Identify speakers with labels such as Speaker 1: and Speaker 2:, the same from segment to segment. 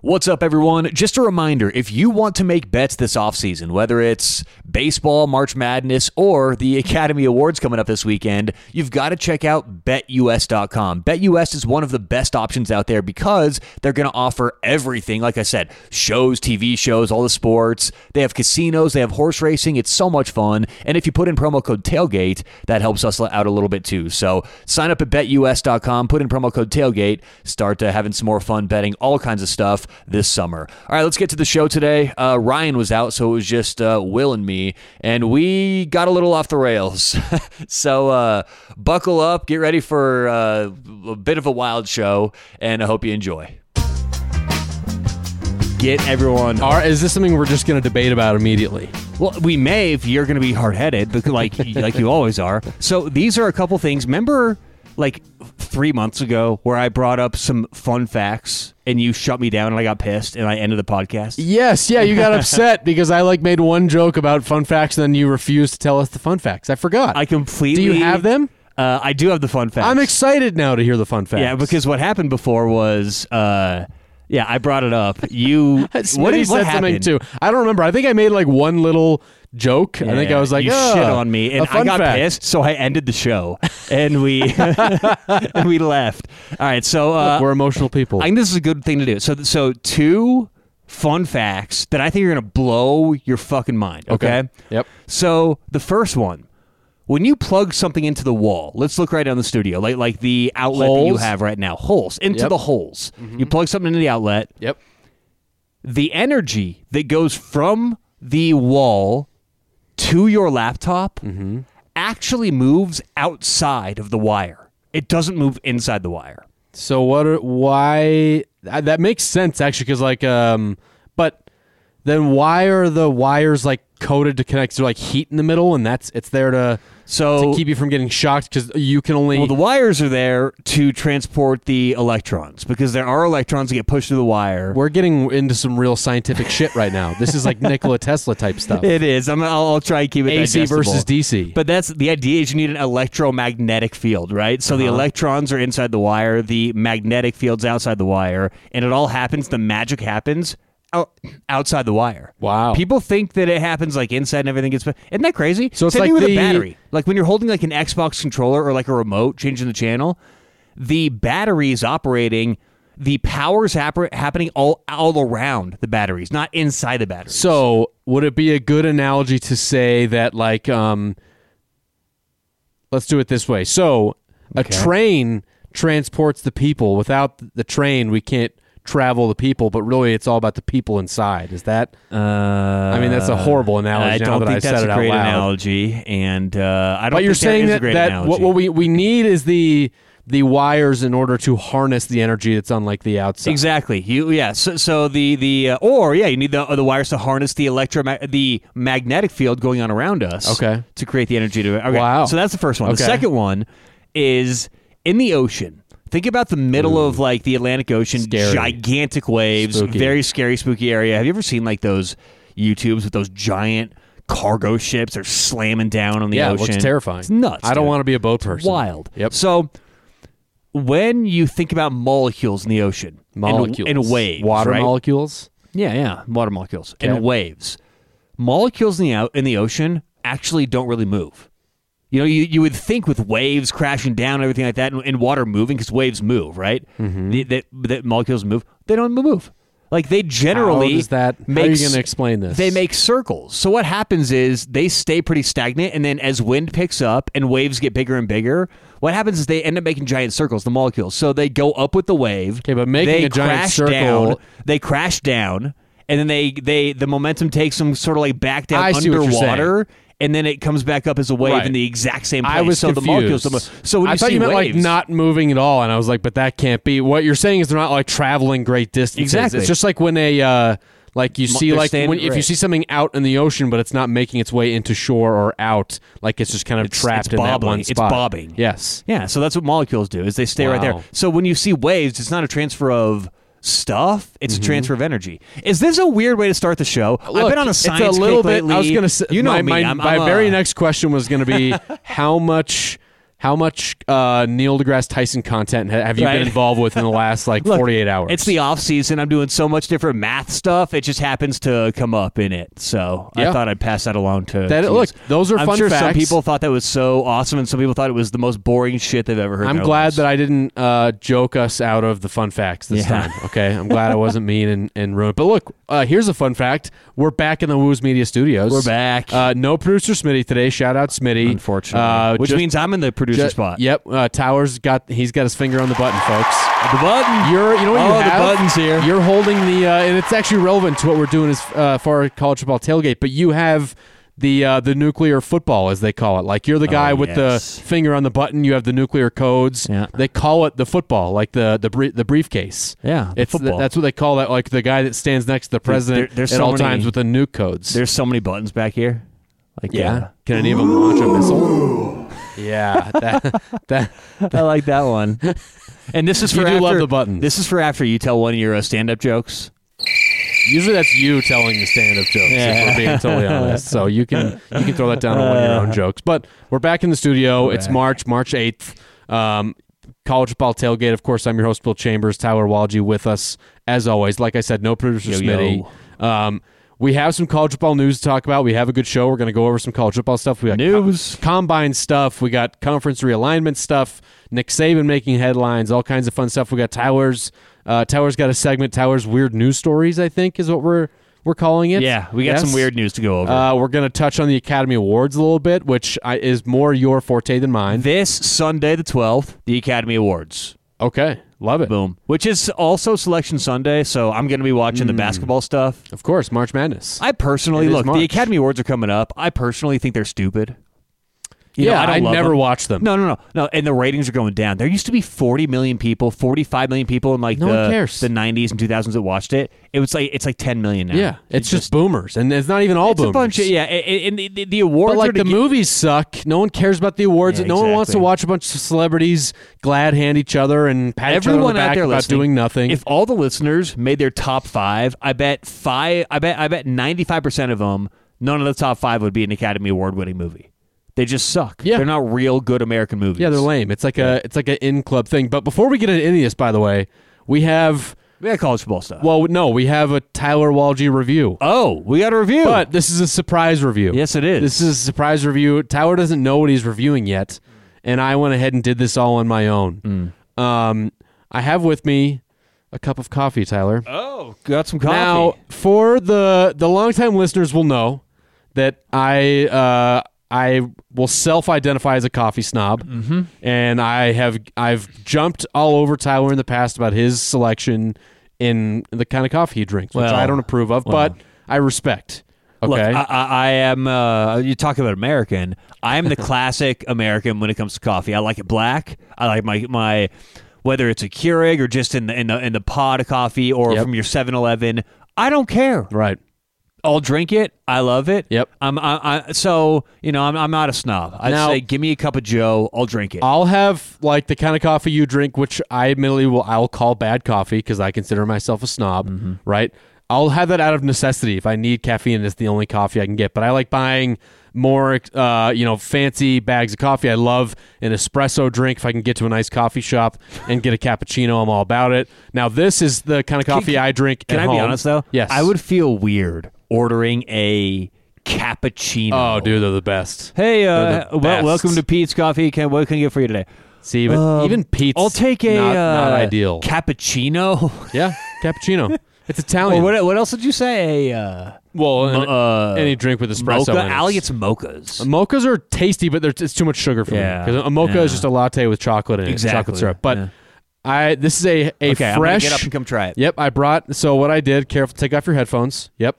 Speaker 1: What's up, everyone? Just a reminder if you want to make bets this offseason, whether it's baseball, March Madness, or the Academy Awards coming up this weekend, you've got to check out betus.com. BetUS is one of the best options out there because they're going to offer everything. Like I said, shows, TV shows, all the sports. They have casinos, they have horse racing. It's so much fun. And if you put in promo code TAILGATE, that helps us out a little bit too. So sign up at betus.com, put in promo code TAILGATE, start uh, having some more fun betting all kinds of stuff this summer. All right, let's get to the show today. Uh, Ryan was out, so it was just uh, Will and me, and we got a little off the rails. so uh, buckle up, get ready for uh, a bit of a wild show, and I hope you enjoy. Get everyone
Speaker 2: Are, is this something we're just going to debate about immediately?
Speaker 1: Well, we may if you're going to be hard headed, like like you always are. So these are a couple things. Remember, like three months ago, where I brought up some fun facts and you shut me down, and I got pissed, and I ended the podcast.
Speaker 2: Yes, yeah, you got upset because I like made one joke about fun facts and then you refused to tell us the fun facts. I forgot.
Speaker 1: I completely.
Speaker 2: Do you have them?
Speaker 1: Uh, I do have the fun facts.
Speaker 2: I'm excited now to hear the fun facts.
Speaker 1: Yeah, because what happened before was, uh, yeah, I brought it up. You what
Speaker 2: Smitty
Speaker 1: did
Speaker 2: said
Speaker 1: what
Speaker 2: something
Speaker 1: happened?
Speaker 2: too. I don't remember. I think I made like one little joke. I think I
Speaker 1: Yeah,
Speaker 2: was like,
Speaker 1: you
Speaker 2: "Ah,
Speaker 1: shit on me,
Speaker 2: a
Speaker 1: and I
Speaker 2: fun
Speaker 1: got
Speaker 2: fact."
Speaker 1: pissed, so I ended the show, and we and we left. All right, so uh,
Speaker 2: We're emotional people.
Speaker 1: I think this is a good thing to do. So, so two fun facts that I think are going to blow your fucking mind. Okay?
Speaker 2: Yep.
Speaker 1: So the first one, when you plug something into the wall, let's look right down the studio, like like the outlet that you
Speaker 2: Holes.
Speaker 1: have right now, holes into
Speaker 2: Yep. Mm-hmm.
Speaker 1: the holes. You plug something into the outlet.
Speaker 2: Yep.
Speaker 1: The energy that goes from the wall to your laptop
Speaker 2: Mm-hmm.
Speaker 1: actually moves outside of the wire. It doesn't move inside the wire.
Speaker 2: So what? Are, why uh, that makes sense actually? Because like, um, but then why are the wires like coated to connect? Is there like heat in the middle, and that's it's there to
Speaker 1: So
Speaker 2: to keep you from getting shocked because you can only.
Speaker 1: Well, the wires are there to transport the electrons because there are electrons that get pushed through the wire.
Speaker 2: we're getting into some real scientific shit right now. This is like Nikola Tesla type stuff.
Speaker 1: It is. I'm, I'll, I'll try and keep it
Speaker 2: AC
Speaker 1: digestible.
Speaker 2: versus DC.
Speaker 1: But that's the idea is you need an electromagnetic field, right? So
Speaker 2: Uh-huh.
Speaker 1: the electrons are inside the wire, the magnetic field's outside the wire, and it all happens. The magic happens out, outside the wire.
Speaker 2: Wow.
Speaker 1: People think that it happens like inside and everything gets. Isn't that crazy?
Speaker 2: So it's
Speaker 1: Same
Speaker 2: like
Speaker 1: thing with a
Speaker 2: the-
Speaker 1: battery. Like when you're holding like an Xbox controller or like a remote, changing the channel, the battery is operating. The power's hap- happening all all around the batteries, not inside the battery.
Speaker 2: So, would it be a good analogy to say that, like, um, let's do it this way? So, a train transports the people. Without the train, we can't travel the people. But really, it's all about the people inside. Is that?
Speaker 1: Uh, I
Speaker 2: mean, that's a horrible analogy
Speaker 1: Uh, I
Speaker 2: now
Speaker 1: don't
Speaker 2: that
Speaker 1: think
Speaker 2: I
Speaker 1: that's a
Speaker 2: said it out
Speaker 1: great
Speaker 2: loud.
Speaker 1: analogy, and uh, I don't.
Speaker 2: But
Speaker 1: think
Speaker 2: you're saying
Speaker 1: is a
Speaker 2: that,
Speaker 1: great
Speaker 2: that
Speaker 1: analogy.
Speaker 2: what, what we we need is the the wires in order to harness the energy that's on like the outside.
Speaker 1: exactly you yeah. So, so the the uh, or yeah, you need the the wires to harness the electromag the magnetic field going on around us.
Speaker 2: Okay.
Speaker 1: to create the energy to okay.
Speaker 2: Wow.
Speaker 1: So that's the first one. The
Speaker 2: Okay.
Speaker 1: second one is in the ocean. Think about the middle of like the Atlantic Ocean,
Speaker 2: Scary.
Speaker 1: gigantic waves,
Speaker 2: Spooky.
Speaker 1: very scary, spooky area. Have you ever seen like those YouTubes with those giant cargo ships? They're slamming down on the
Speaker 2: Yeah, it
Speaker 1: ocean.
Speaker 2: looks terrifying.
Speaker 1: It's nuts.
Speaker 2: I don't
Speaker 1: dude.
Speaker 2: want to be a boat person.
Speaker 1: Wild.
Speaker 2: Yep.
Speaker 1: So when you think about molecules in the ocean, and-
Speaker 2: Molecules
Speaker 1: and, waves,
Speaker 2: water
Speaker 1: right?
Speaker 2: molecules.
Speaker 1: yeah, yeah, water molecules
Speaker 2: Okay.
Speaker 1: and waves. Molecules in the out in the ocean actually don't really move. You know, you, you would think with waves crashing down and everything like that, and, and water moving because waves move, right?
Speaker 2: Mm-hmm.
Speaker 1: The- that that molecules move. They don't move. Like they generally
Speaker 2: How does that? How are you
Speaker 1: makes-
Speaker 2: going to explain this?
Speaker 1: they make circles. So what happens is they stay pretty stagnant, and then as wind picks up and waves get bigger and bigger, what happens is they end up making giant circles, the molecules. So they go up with the wave.
Speaker 2: Okay, but making
Speaker 1: they
Speaker 2: a giant
Speaker 1: crash
Speaker 2: circle-
Speaker 1: down- they crash down, and then they they the momentum takes them sort of like back down
Speaker 2: I see what you're
Speaker 1: underwater. And then it comes back up as a wave
Speaker 2: Right.
Speaker 1: in the exact same place.
Speaker 2: I was
Speaker 1: so
Speaker 2: confused.
Speaker 1: the molecules. don't move. So when
Speaker 2: I
Speaker 1: you
Speaker 2: thought
Speaker 1: see
Speaker 2: you meant like
Speaker 1: waves-
Speaker 2: not moving at all, and I was like, but that can't be. What you're saying is they're not like traveling great distances.
Speaker 1: Exactly.
Speaker 2: It's just like when a uh, like you see
Speaker 1: they're
Speaker 2: like
Speaker 1: standing-
Speaker 2: when, if you
Speaker 1: right.
Speaker 2: see something out in the ocean, but it's not making its way into shore or out, like it's just kind of trapped
Speaker 1: it's
Speaker 2: in that
Speaker 1: bobbing.
Speaker 2: one
Speaker 1: It's
Speaker 2: spot.
Speaker 1: bobbing.
Speaker 2: Yes.
Speaker 1: Yeah, so that's what molecules do is they stay right
Speaker 2: Wow.
Speaker 1: there. So when you see waves, it's not a transfer of stuff; it's
Speaker 2: Mm-hmm.
Speaker 1: a transfer of energy. Is this a weird way to start the show? I've been on a science
Speaker 2: it's a little
Speaker 1: kick
Speaker 2: bit.
Speaker 1: lately.
Speaker 2: I was gonna. Say,
Speaker 1: you know
Speaker 2: my,
Speaker 1: me.
Speaker 2: my,
Speaker 1: I'm,
Speaker 2: my
Speaker 1: I'm a-
Speaker 2: very next question was gonna be how much. how much uh, Neil deGrasse Tyson content ha- have you
Speaker 1: Right.
Speaker 2: been involved with in the last like
Speaker 1: Look,
Speaker 2: 48 hours?
Speaker 1: It's the off season. I'm doing so much different math stuff. It just happens to come up in it. So I
Speaker 2: Yeah.
Speaker 1: thought I'd pass that along to.
Speaker 2: That-
Speaker 1: to you.
Speaker 2: look, those are
Speaker 1: I'm
Speaker 2: fun
Speaker 1: sure Some
Speaker 2: facts.
Speaker 1: people thought that was so awesome, and some people thought it was the most boring shit they've ever heard. in
Speaker 2: I'm
Speaker 1: their
Speaker 2: glad
Speaker 1: lives.
Speaker 2: that I didn't uh, joke us out of the fun facts this
Speaker 1: Yeah.
Speaker 2: time. Okay, I'm glad I wasn't mean and, and ruined. But look, uh, here's a fun fact: we're back in the Woos Media Studios.
Speaker 1: We're back.
Speaker 2: Uh, no producer Smitty today. Shout out Smitty.
Speaker 1: Unfortunately,
Speaker 2: uh,
Speaker 1: which
Speaker 2: just-
Speaker 1: means I'm in the producer
Speaker 2: ju-
Speaker 1: spot.
Speaker 2: Yep, uh, Towers got he's got his finger on the button, folks.
Speaker 1: The button.
Speaker 2: You're, you know what
Speaker 1: oh,
Speaker 2: you have?
Speaker 1: the button's here.
Speaker 2: You're holding the, uh, and it's actually relevant to what we're doing as uh, far as college football tailgate. But you have the uh, the nuclear football, as they call it. Like you're the guy with
Speaker 1: Oh, yes.
Speaker 2: the finger on the button. You have the nuclear codes.
Speaker 1: Yeah.
Speaker 2: They call it the football, like the the brie- the briefcase.
Speaker 1: yeah, the
Speaker 2: It's
Speaker 1: football.
Speaker 2: that's what they call that. Like the guy that stands next to the president
Speaker 1: there- there's
Speaker 2: at
Speaker 1: so
Speaker 2: all
Speaker 1: many-
Speaker 2: times with the nuke codes.
Speaker 1: There's so many buttons back here. Like
Speaker 2: yeah. Can any of them launch a missile? Yeah. That, that
Speaker 1: uh, I like that one. And this is for
Speaker 2: You do
Speaker 1: after,
Speaker 2: love the buttons.
Speaker 1: This is for after you tell one of your uh, stand-up jokes.
Speaker 2: usually that's you telling the stand-up jokes.
Speaker 1: Yeah.
Speaker 2: If we're being totally honest, so you can you can throw that down on one of your own jokes. But we're back in the studio. It's March, March eighth. Um, college football tailgate. Of course, I'm your host, Bill Chambers. Tyler Walgie with us as always. Like I said, no producer
Speaker 1: Yo,
Speaker 2: Smitty. Um, we have some college football news to talk about. We have a good show. We're going to go over some college football stuff. We got
Speaker 1: News.
Speaker 2: co- combine stuff. We got conference realignment stuff. Nick Saban making headlines. All kinds of fun stuff. We got Towers. Uh, Towers got a segment. Towers weird news stories. I think is what we're we're calling it.
Speaker 1: yeah, we got
Speaker 2: Yes?
Speaker 1: some weird news to go over.
Speaker 2: Uh, we're going to touch on the Academy Awards a little bit, which I, is more your forte than mine.
Speaker 1: this Sunday, the 12th, the Academy Awards.
Speaker 2: Okay, love it.
Speaker 1: Boom. Which is also Selection Sunday, so I'm going to be watching the basketball stuff.
Speaker 2: Of course, March Madness.
Speaker 1: I personally
Speaker 2: Hmm. It is
Speaker 1: look. The
Speaker 2: March.
Speaker 1: Academy Awards are coming up. I personally think they're stupid. You know,
Speaker 2: yeah,
Speaker 1: don't
Speaker 2: I,
Speaker 1: love
Speaker 2: never
Speaker 1: them.
Speaker 2: watched them.
Speaker 1: No, no, no, no. And the ratings are going down. There used to be 40 million people, 45 million people in like
Speaker 2: No
Speaker 1: the,
Speaker 2: one cares.
Speaker 1: the 90s and 2000s that watched it. It was like it's like 10 million now.
Speaker 2: Yeah, it's just, boomers, and it's not even all
Speaker 1: it's
Speaker 2: boomers.
Speaker 1: a bunch of yeah. And, and the- the, the awards
Speaker 2: But
Speaker 1: are
Speaker 2: like
Speaker 1: to
Speaker 2: the
Speaker 1: get-
Speaker 2: movies suck. No one cares about the awards.
Speaker 1: Yeah,
Speaker 2: no one wants to
Speaker 1: exactly.
Speaker 2: watch a bunch of celebrities glad hand each other and pat each other on
Speaker 1: Everyone
Speaker 2: the back
Speaker 1: out there
Speaker 2: about
Speaker 1: listening,
Speaker 2: doing nothing.
Speaker 1: If all the listeners made their top five, I bet five. I bet I bet ninety five percent of them. None of the top five would be an Academy Award winning movie. They just suck.
Speaker 2: Yeah.
Speaker 1: they're not real good American movies.
Speaker 2: yeah, they're lame. It's like a it's like an in club thing. But before we get into any of this, by the way, we have
Speaker 1: We got college football stuff.
Speaker 2: well, no, we have a Tyler Walgie review.
Speaker 1: oh, we got a review.
Speaker 2: But this is a surprise review.
Speaker 1: yes, it is.
Speaker 2: This is a surprise review. Tyler doesn't know what he's reviewing yet, and I went ahead and did this all on my own.
Speaker 1: Mm.
Speaker 2: Um, I have with me a cup of coffee, Tyler.
Speaker 1: oh, got some coffee.
Speaker 2: Now, for the the longtime listeners will know that I uh, I will self-identify as a coffee snob, mm-hmm. and I have I've jumped all over Tyler in the past about his selection in the kind of coffee he drinks, which
Speaker 1: Well,
Speaker 2: I don't approve of, but I respect. Okay,
Speaker 1: Look, I, I, I am. Uh, you talk about American. I am the classic American when it comes to coffee. I like it black. I like my my whether it's a Keurig or just in the in the in the pot of coffee or
Speaker 2: Yep.
Speaker 1: from your 7-Eleven. I don't care.
Speaker 2: right.
Speaker 1: I'll drink it. I love it.
Speaker 2: Yep.
Speaker 1: I'm. I, I, so you know, I'm. I'm not a snob. I
Speaker 2: Now-
Speaker 1: say, give me a cup of Joe. I'll drink it.
Speaker 2: I'll have like the kind of coffee you drink, which I admittedly will I'll call bad coffee because I consider myself a snob,
Speaker 1: Mm-hmm.
Speaker 2: right? I'll have that out of necessity if I need caffeine. It's the only coffee I can get. But I like buying more, uh, you know, fancy bags of coffee. I love an espresso drink if I can get to a nice coffee shop and get a cappuccino. I'm all about it. Now this is the kind of coffee I drink.
Speaker 1: Can
Speaker 2: at
Speaker 1: I be
Speaker 2: home.
Speaker 1: honest though?
Speaker 2: Yes,
Speaker 1: I would feel weird ordering a cappuccino.
Speaker 2: Oh, dude, they're the best.
Speaker 1: Hey, uh,
Speaker 2: They're the
Speaker 1: well,
Speaker 2: best.
Speaker 1: welcome to Pete's Coffee. Can what can I get for you today?
Speaker 2: See, but
Speaker 1: Um,
Speaker 2: even Pete's.
Speaker 1: I'll take a
Speaker 2: not,
Speaker 1: uh,
Speaker 2: not ideal.
Speaker 1: cappuccino.
Speaker 2: yeah, cappuccino. It's
Speaker 1: or
Speaker 2: Italian.
Speaker 1: what? What else did you say? A uh,
Speaker 2: well, and-
Speaker 1: uh,
Speaker 2: any drink with espresso.
Speaker 1: mocha.
Speaker 2: in it.
Speaker 1: Ali, it's mochas.
Speaker 2: mochas are tasty, but they're- it's too much sugar for
Speaker 1: Yeah.
Speaker 2: me. Because a mocha
Speaker 1: Yeah.
Speaker 2: is just a latte with chocolate in it,
Speaker 1: Exactly.
Speaker 2: chocolate syrup. But
Speaker 1: Yeah.
Speaker 2: I this is a a
Speaker 1: okay, I'm gonna
Speaker 2: fresh.
Speaker 1: get up and come try it.
Speaker 2: Yep, I brought. So what I did, careful, take off your headphones. Yep,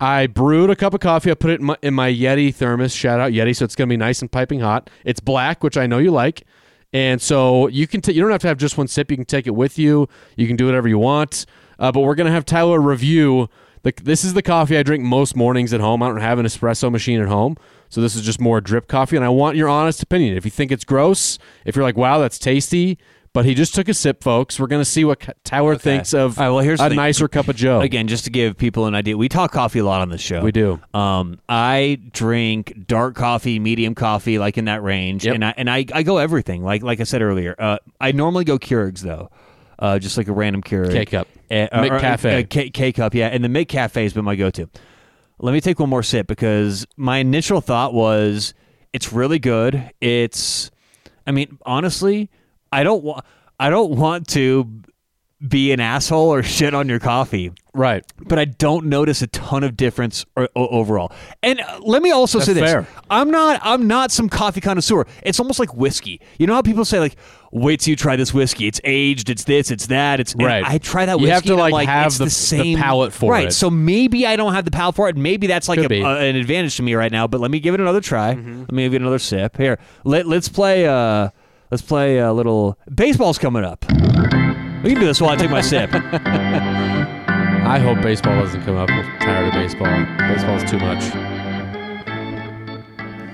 Speaker 2: I brewed a cup of coffee. I put it in my, in my Yeti thermos. Shout out Yeti. So it's gonna be nice and piping hot. It's black, which I know you like, and so you can. T- you don't have to have just one sip. You can take it with you. You can do whatever you want. Uh, but we're gonna have Tyler review. The, this is the coffee I drink most mornings at home. I don't have an espresso machine at home, so this is just more drip coffee. And I want your honest opinion. If you think it's gross, if you're like, "Wow, that's tasty," But he just took a sip, folks. We're going to see what C- Tower thinks of
Speaker 1: All right, well, here's the
Speaker 2: a
Speaker 1: thing.
Speaker 2: nicer cup of Joe.
Speaker 1: Again, just to give people an idea, we talk coffee a lot on the show.
Speaker 2: We do.
Speaker 1: Um, I drink dark coffee, medium coffee, like in that range,
Speaker 2: Yep.
Speaker 1: and I and I, I go everything. Like like I said earlier, uh, I normally go Keurigs though, uh, just like a random Keurig.
Speaker 2: K-Cup.
Speaker 1: Uh, or-
Speaker 2: Mick
Speaker 1: or-
Speaker 2: Cafe.
Speaker 1: uh, K K cup, yeah, and the Mick Cafe has been my go-to. Let me take one more sip because my initial thought was it's really good. It's, I mean, honestly, I don't want I don't want to be an asshole or shit on your coffee
Speaker 2: Right.
Speaker 1: but I don't notice a ton of difference o- o- overall. And uh, let me also say this:
Speaker 2: fair.
Speaker 1: I'm not I'm not some coffee connoisseur. It's almost like whiskey. You know how people say like, "Wait till you try this whiskey. It's aged. It's this. It's that. It's and
Speaker 2: Right.
Speaker 1: I try that
Speaker 2: You
Speaker 1: whiskey.
Speaker 2: have to,
Speaker 1: and I'm
Speaker 2: like, have
Speaker 1: it's
Speaker 2: the-
Speaker 1: the,
Speaker 2: the
Speaker 1: same
Speaker 2: palate for
Speaker 1: right.
Speaker 2: it.
Speaker 1: So maybe I don't have the palate for it. and Maybe that's like
Speaker 2: Could
Speaker 1: a,
Speaker 2: be. Mm-hmm.
Speaker 1: a- an advantage to me right now. But let me give it another try. Let me give it another sip. Here, let let's play. Uh, let's play a little baseball's coming up. We can do this while I take my sip.
Speaker 2: I hope baseball doesn't come up. I'm tired of baseball. Baseball's too much.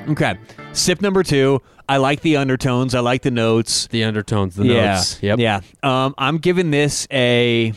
Speaker 1: Okay. Sip number two. I like the undertones. I like the notes.
Speaker 2: The undertones, the
Speaker 1: yeah.
Speaker 2: notes. Yep.
Speaker 1: Yeah. Um, I'm giving this a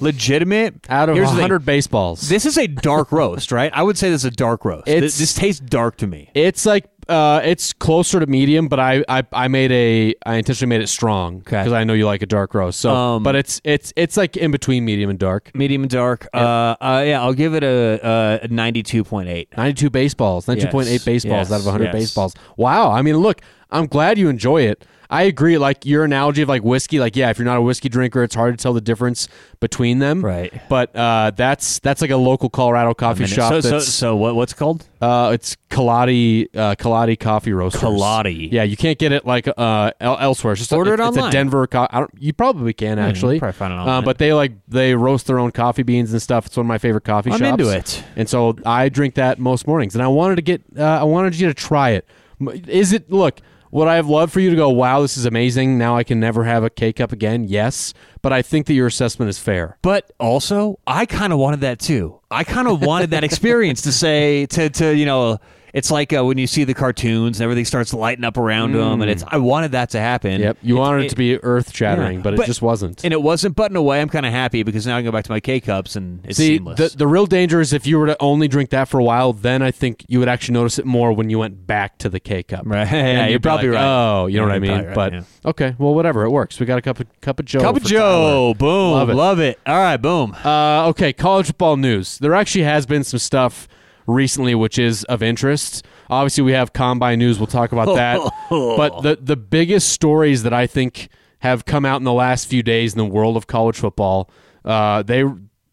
Speaker 1: legitimate
Speaker 2: Out of
Speaker 1: Here's the thing.
Speaker 2: 100 baseballs.
Speaker 1: This is a dark roast, right? I would say this is a dark roast. Th-
Speaker 2: It's-
Speaker 1: this tastes dark to me.
Speaker 2: It's like uh, it's closer to medium, but I, I I made a I intentionally made it strong because I know you like a dark roast. So,
Speaker 1: Um,
Speaker 2: but it's it's it's like in between medium and dark.
Speaker 1: Medium and dark. Uh, uh, yeah, I'll give it a, a 92.8.
Speaker 2: Ninety-two baseballs, ninety-two point eight
Speaker 1: Yes,
Speaker 2: baseballs
Speaker 1: yes,
Speaker 2: out of one hundred
Speaker 1: yes.
Speaker 2: baseballs. Wow. I mean, look, I'm glad you enjoy it. I agree. Like your analogy of like whiskey, like yeah, if you're not a whiskey drinker, it's hard to tell the difference between them.
Speaker 1: Right.
Speaker 2: But uh, that's that's like a local Colorado coffee shop.
Speaker 1: so, so,
Speaker 2: that's,
Speaker 1: so what, what's it called?
Speaker 2: Uh, it's Kaladi uh, Kaladi Coffee Roasters.
Speaker 1: Kaladi.
Speaker 2: Yeah, you can't get it like uh el- elsewhere. It's just
Speaker 1: Order
Speaker 2: a,
Speaker 1: it
Speaker 2: it's
Speaker 1: online. Hmm,
Speaker 2: a Denver. Co- I don't, you probably can actually.
Speaker 1: probably find it
Speaker 2: uh,
Speaker 1: online.
Speaker 2: but they like they roast their own coffee beans and stuff. It's one of my favorite coffee
Speaker 1: I'm
Speaker 2: shops.
Speaker 1: into it.
Speaker 2: And so I drink that most mornings. And I wanted to get uh, I wanted you to try it. M- Is it look? Would I have loved for you to go? Wow, this is amazing. Now I can never have a K cup again. Yes, but I think that your assessment is fair.
Speaker 1: But also, I kind of wanted that too. I kind of wanted that experience to say to to you know, it's like uh, when you see the cartoons and everything starts lighting up around them, and it's I wanted that to happen.
Speaker 2: Mm. Yep, you wanted it, to be earth shattering,
Speaker 1: yeah.
Speaker 2: but,
Speaker 1: But-
Speaker 2: it just wasn't.
Speaker 1: and it wasn't. But in a way, I'm kind of happy because now I can go back to my K cups and it's
Speaker 2: See,
Speaker 1: seamless.
Speaker 2: the, the real danger is if you were to only drink that for a while, then I think you would actually notice it more when you went back to the K cup.
Speaker 1: Right. Yeah,
Speaker 2: And
Speaker 1: you're
Speaker 2: you'd be
Speaker 1: probably
Speaker 2: like,
Speaker 1: right.
Speaker 2: Oh, you
Speaker 1: Yeah,
Speaker 2: know what I
Speaker 1: you're
Speaker 2: mean?
Speaker 1: probably right,
Speaker 2: but okay, well, whatever. It works. We got a cup of cup of Joe.
Speaker 1: Cup of
Speaker 2: for
Speaker 1: Joe, boom,
Speaker 2: Love it.
Speaker 1: All right, boom.
Speaker 2: Tyler. Uh, okay, college football news. There actually has been some stuff recently which is of interest. Obviously, we have combine news. We'll talk about that. but the the biggest stories that I think have come out in the last few days in the world of college football, uh, they,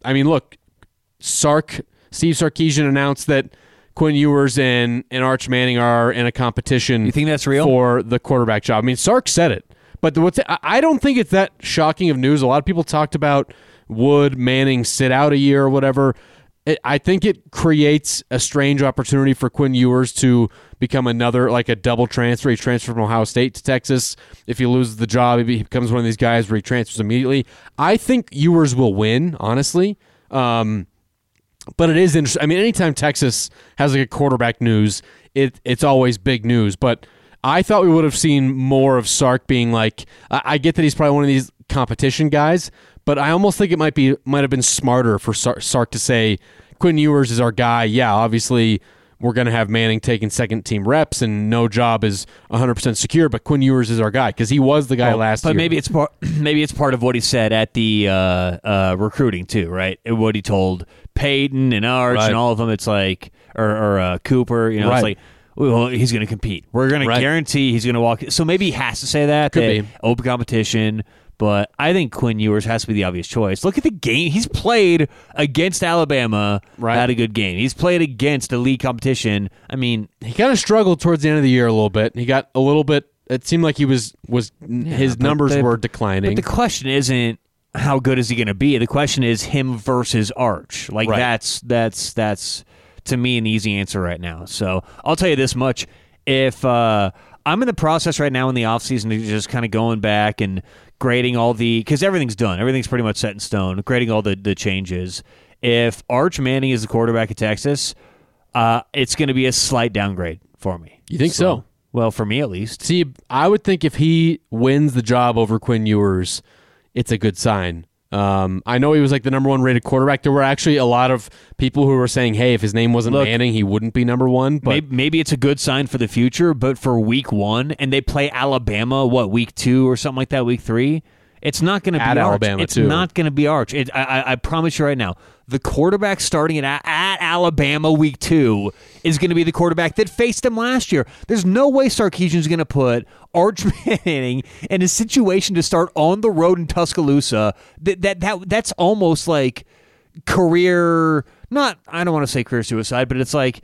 Speaker 2: I mean, look, Sark Steve Sarkeesian announced that Quinn Ewers and, and Arch Manning are in a competition. You
Speaker 1: think that's real?
Speaker 2: for the quarterback job? I mean, Sark said it, but the, what's I- I don't think it's that shocking of news. A lot of people talked about would Manning sit out a year or whatever. It, I think it creates a strange opportunity for Quinn Ewers to become another like a double transfer. He transferred from Ohio State to Texas. If he loses the job, he becomes one of these guys where he transfers immediately. I think Ewers will win, honestly. Um, but it is interesting. I mean, anytime Texas has like a quarterback news, it it's always big news. But I thought we would have seen more of Sark being like, I, I get that he's probably one of these competition guys, but I almost think it might be might have been smarter for Sark, Sark to say Quinn Ewers is our guy. Yeah, obviously we're going to have Manning taking second team reps, and no job is 100 percent secure. But Quinn Ewers is our guy because he was the guy last
Speaker 1: but
Speaker 2: year.
Speaker 1: maybe it's part. Maybe it's part of what he said at the uh, uh, recruiting too, right? And What he told Peyton and Arch
Speaker 2: Right.
Speaker 1: and all of them. It's like or, or uh, Cooper. You know, it's
Speaker 2: Right.
Speaker 1: like. Well, he's going to compete. We're going
Speaker 2: Right.
Speaker 1: to guarantee he's going to walk. So maybe he has to say that.
Speaker 2: Could
Speaker 1: that
Speaker 2: be.
Speaker 1: open competition, but I think Quinn Ewers has to be the obvious choice. Look at the game he's played against Alabama.
Speaker 2: Right.
Speaker 1: had a good game. He's played against elite competition. I mean,
Speaker 2: he kind of struggled towards the end of the year a little bit. He got a little bit. It seemed like he was was his
Speaker 1: but
Speaker 2: numbers
Speaker 1: the-
Speaker 2: were
Speaker 1: But
Speaker 2: declining.
Speaker 1: the question isn't how good is he going to be. The question is him versus Arch. Like
Speaker 2: Right.
Speaker 1: that's that's that's to me an easy answer right now. So I'll tell you this much: if uh, I'm in the process right now in the offseason of just kind of going back and grading all the because everything's done, everything's pretty much set in stone. Grading all the the changes. If Arch Manning is the quarterback of Texas, uh, it's going to be a slight downgrade for me.
Speaker 2: you think so?
Speaker 1: Well, for me at least.
Speaker 2: See, I would think if he wins the job over Quinn Ewers, it's a good sign. Um, I know he was like the number one rated quarterback. There were actually a lot of people who were saying, "Hey, if his name wasn't
Speaker 1: Look,
Speaker 2: Manning, he wouldn't be number one." But
Speaker 1: maybe, maybe it's a good sign for the future, but for week one, and they play Alabama, what week two or something like that, week three. It's not going to be
Speaker 2: At
Speaker 1: Arch.
Speaker 2: Alabama,
Speaker 1: it's
Speaker 2: too.
Speaker 1: not going to be Arch. It, I, I, I promise you right now, the quarterback starting at, at Alabama week two is going to be the quarterback that faced him last year. There's no way Sarkeesian's going to put Arch Manning in a situation to start on the road in Tuscaloosa. That that, that that's almost like career. Not I don't want to say career suicide, but it's like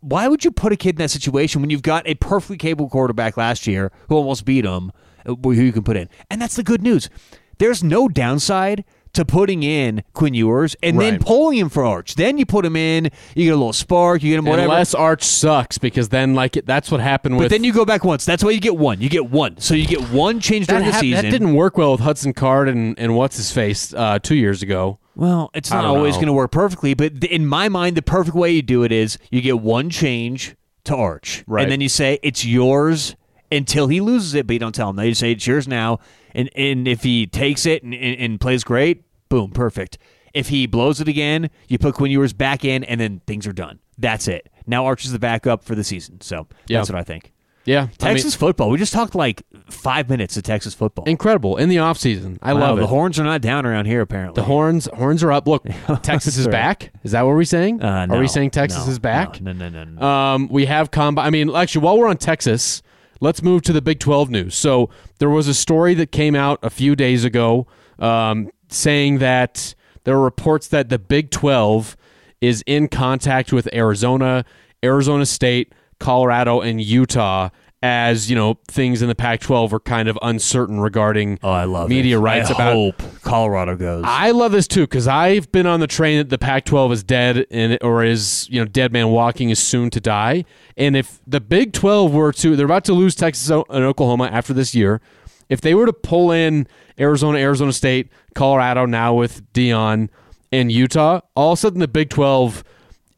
Speaker 1: why would you put a kid in that situation when you've got a perfectly capable quarterback last year who almost beat him, uh, who you can put in? And that's the good news. There's no downside to putting in Quinn Ewers and then
Speaker 2: Right.
Speaker 1: pulling him for Arch. Then you put him in, you get a little spark, you get him whatever.
Speaker 2: unless Arch sucks, because then like it- that's what happened
Speaker 1: but
Speaker 2: with
Speaker 1: then you go back once. That's why you get one. You get one. So you get one change
Speaker 2: that,
Speaker 1: during the
Speaker 2: hap- that
Speaker 1: season.
Speaker 2: didn't work well with Hudson Card and and what's his face uh, two years ago.
Speaker 1: Well, it's not
Speaker 2: don't
Speaker 1: always
Speaker 2: know.
Speaker 1: going to work perfectly, but th- in my mind, the perfect way you do it is you get one change to Arch,
Speaker 2: Right.
Speaker 1: and then you say it's yours until he loses it, but you don't tell him that. You say it's yours now, and and if he takes it and, and, and plays great, boom, perfect. If he blows it again, you put Quinn Ewers back in, and then things are done. That's it. Now Arch is the backup for the season, so
Speaker 2: Yeah.
Speaker 1: that's what I think.
Speaker 2: Yeah, I mean,
Speaker 1: Texas football. We just talked like five minutes of Texas football.
Speaker 2: incredible in the offseason. I
Speaker 1: Wow,
Speaker 2: love it.
Speaker 1: the horns are not down around here. Apparently,
Speaker 2: The horns horns are up. Look, Texas is
Speaker 1: Sorry.
Speaker 2: back. Is that what we're saying?
Speaker 1: Uh,
Speaker 2: are
Speaker 1: no,
Speaker 2: we saying Texas
Speaker 1: no,
Speaker 2: is back?
Speaker 1: No, no, no. no, no.
Speaker 2: Um, we have combine. I mean, actually, while we're on Texas, let's move to the Big 12 news. So there was a story that came out a few days ago um, saying that there are reports that the Big 12 is in contact with Arizona, Arizona State, Colorado, and Utah. As you know, things in the Pac-12 are kind of uncertain regarding
Speaker 1: Oh, I love
Speaker 2: media
Speaker 1: it.
Speaker 2: rights
Speaker 1: I
Speaker 2: about
Speaker 1: hope Colorado goes.
Speaker 2: I love this too because I've been on the train that the Pac-12 is dead and or is you know dead man walking is soon to die. And if the Big 12 were to, they're about to lose Texas and Oklahoma after this year. If they were to pull in Arizona, Arizona State, Colorado now with Dion and Utah, all of a sudden the Big 12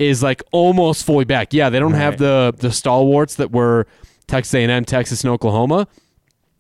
Speaker 2: is like almost fully back. Yeah, they don't have the the stalwarts that were Texas A&M, Texas, and Oklahoma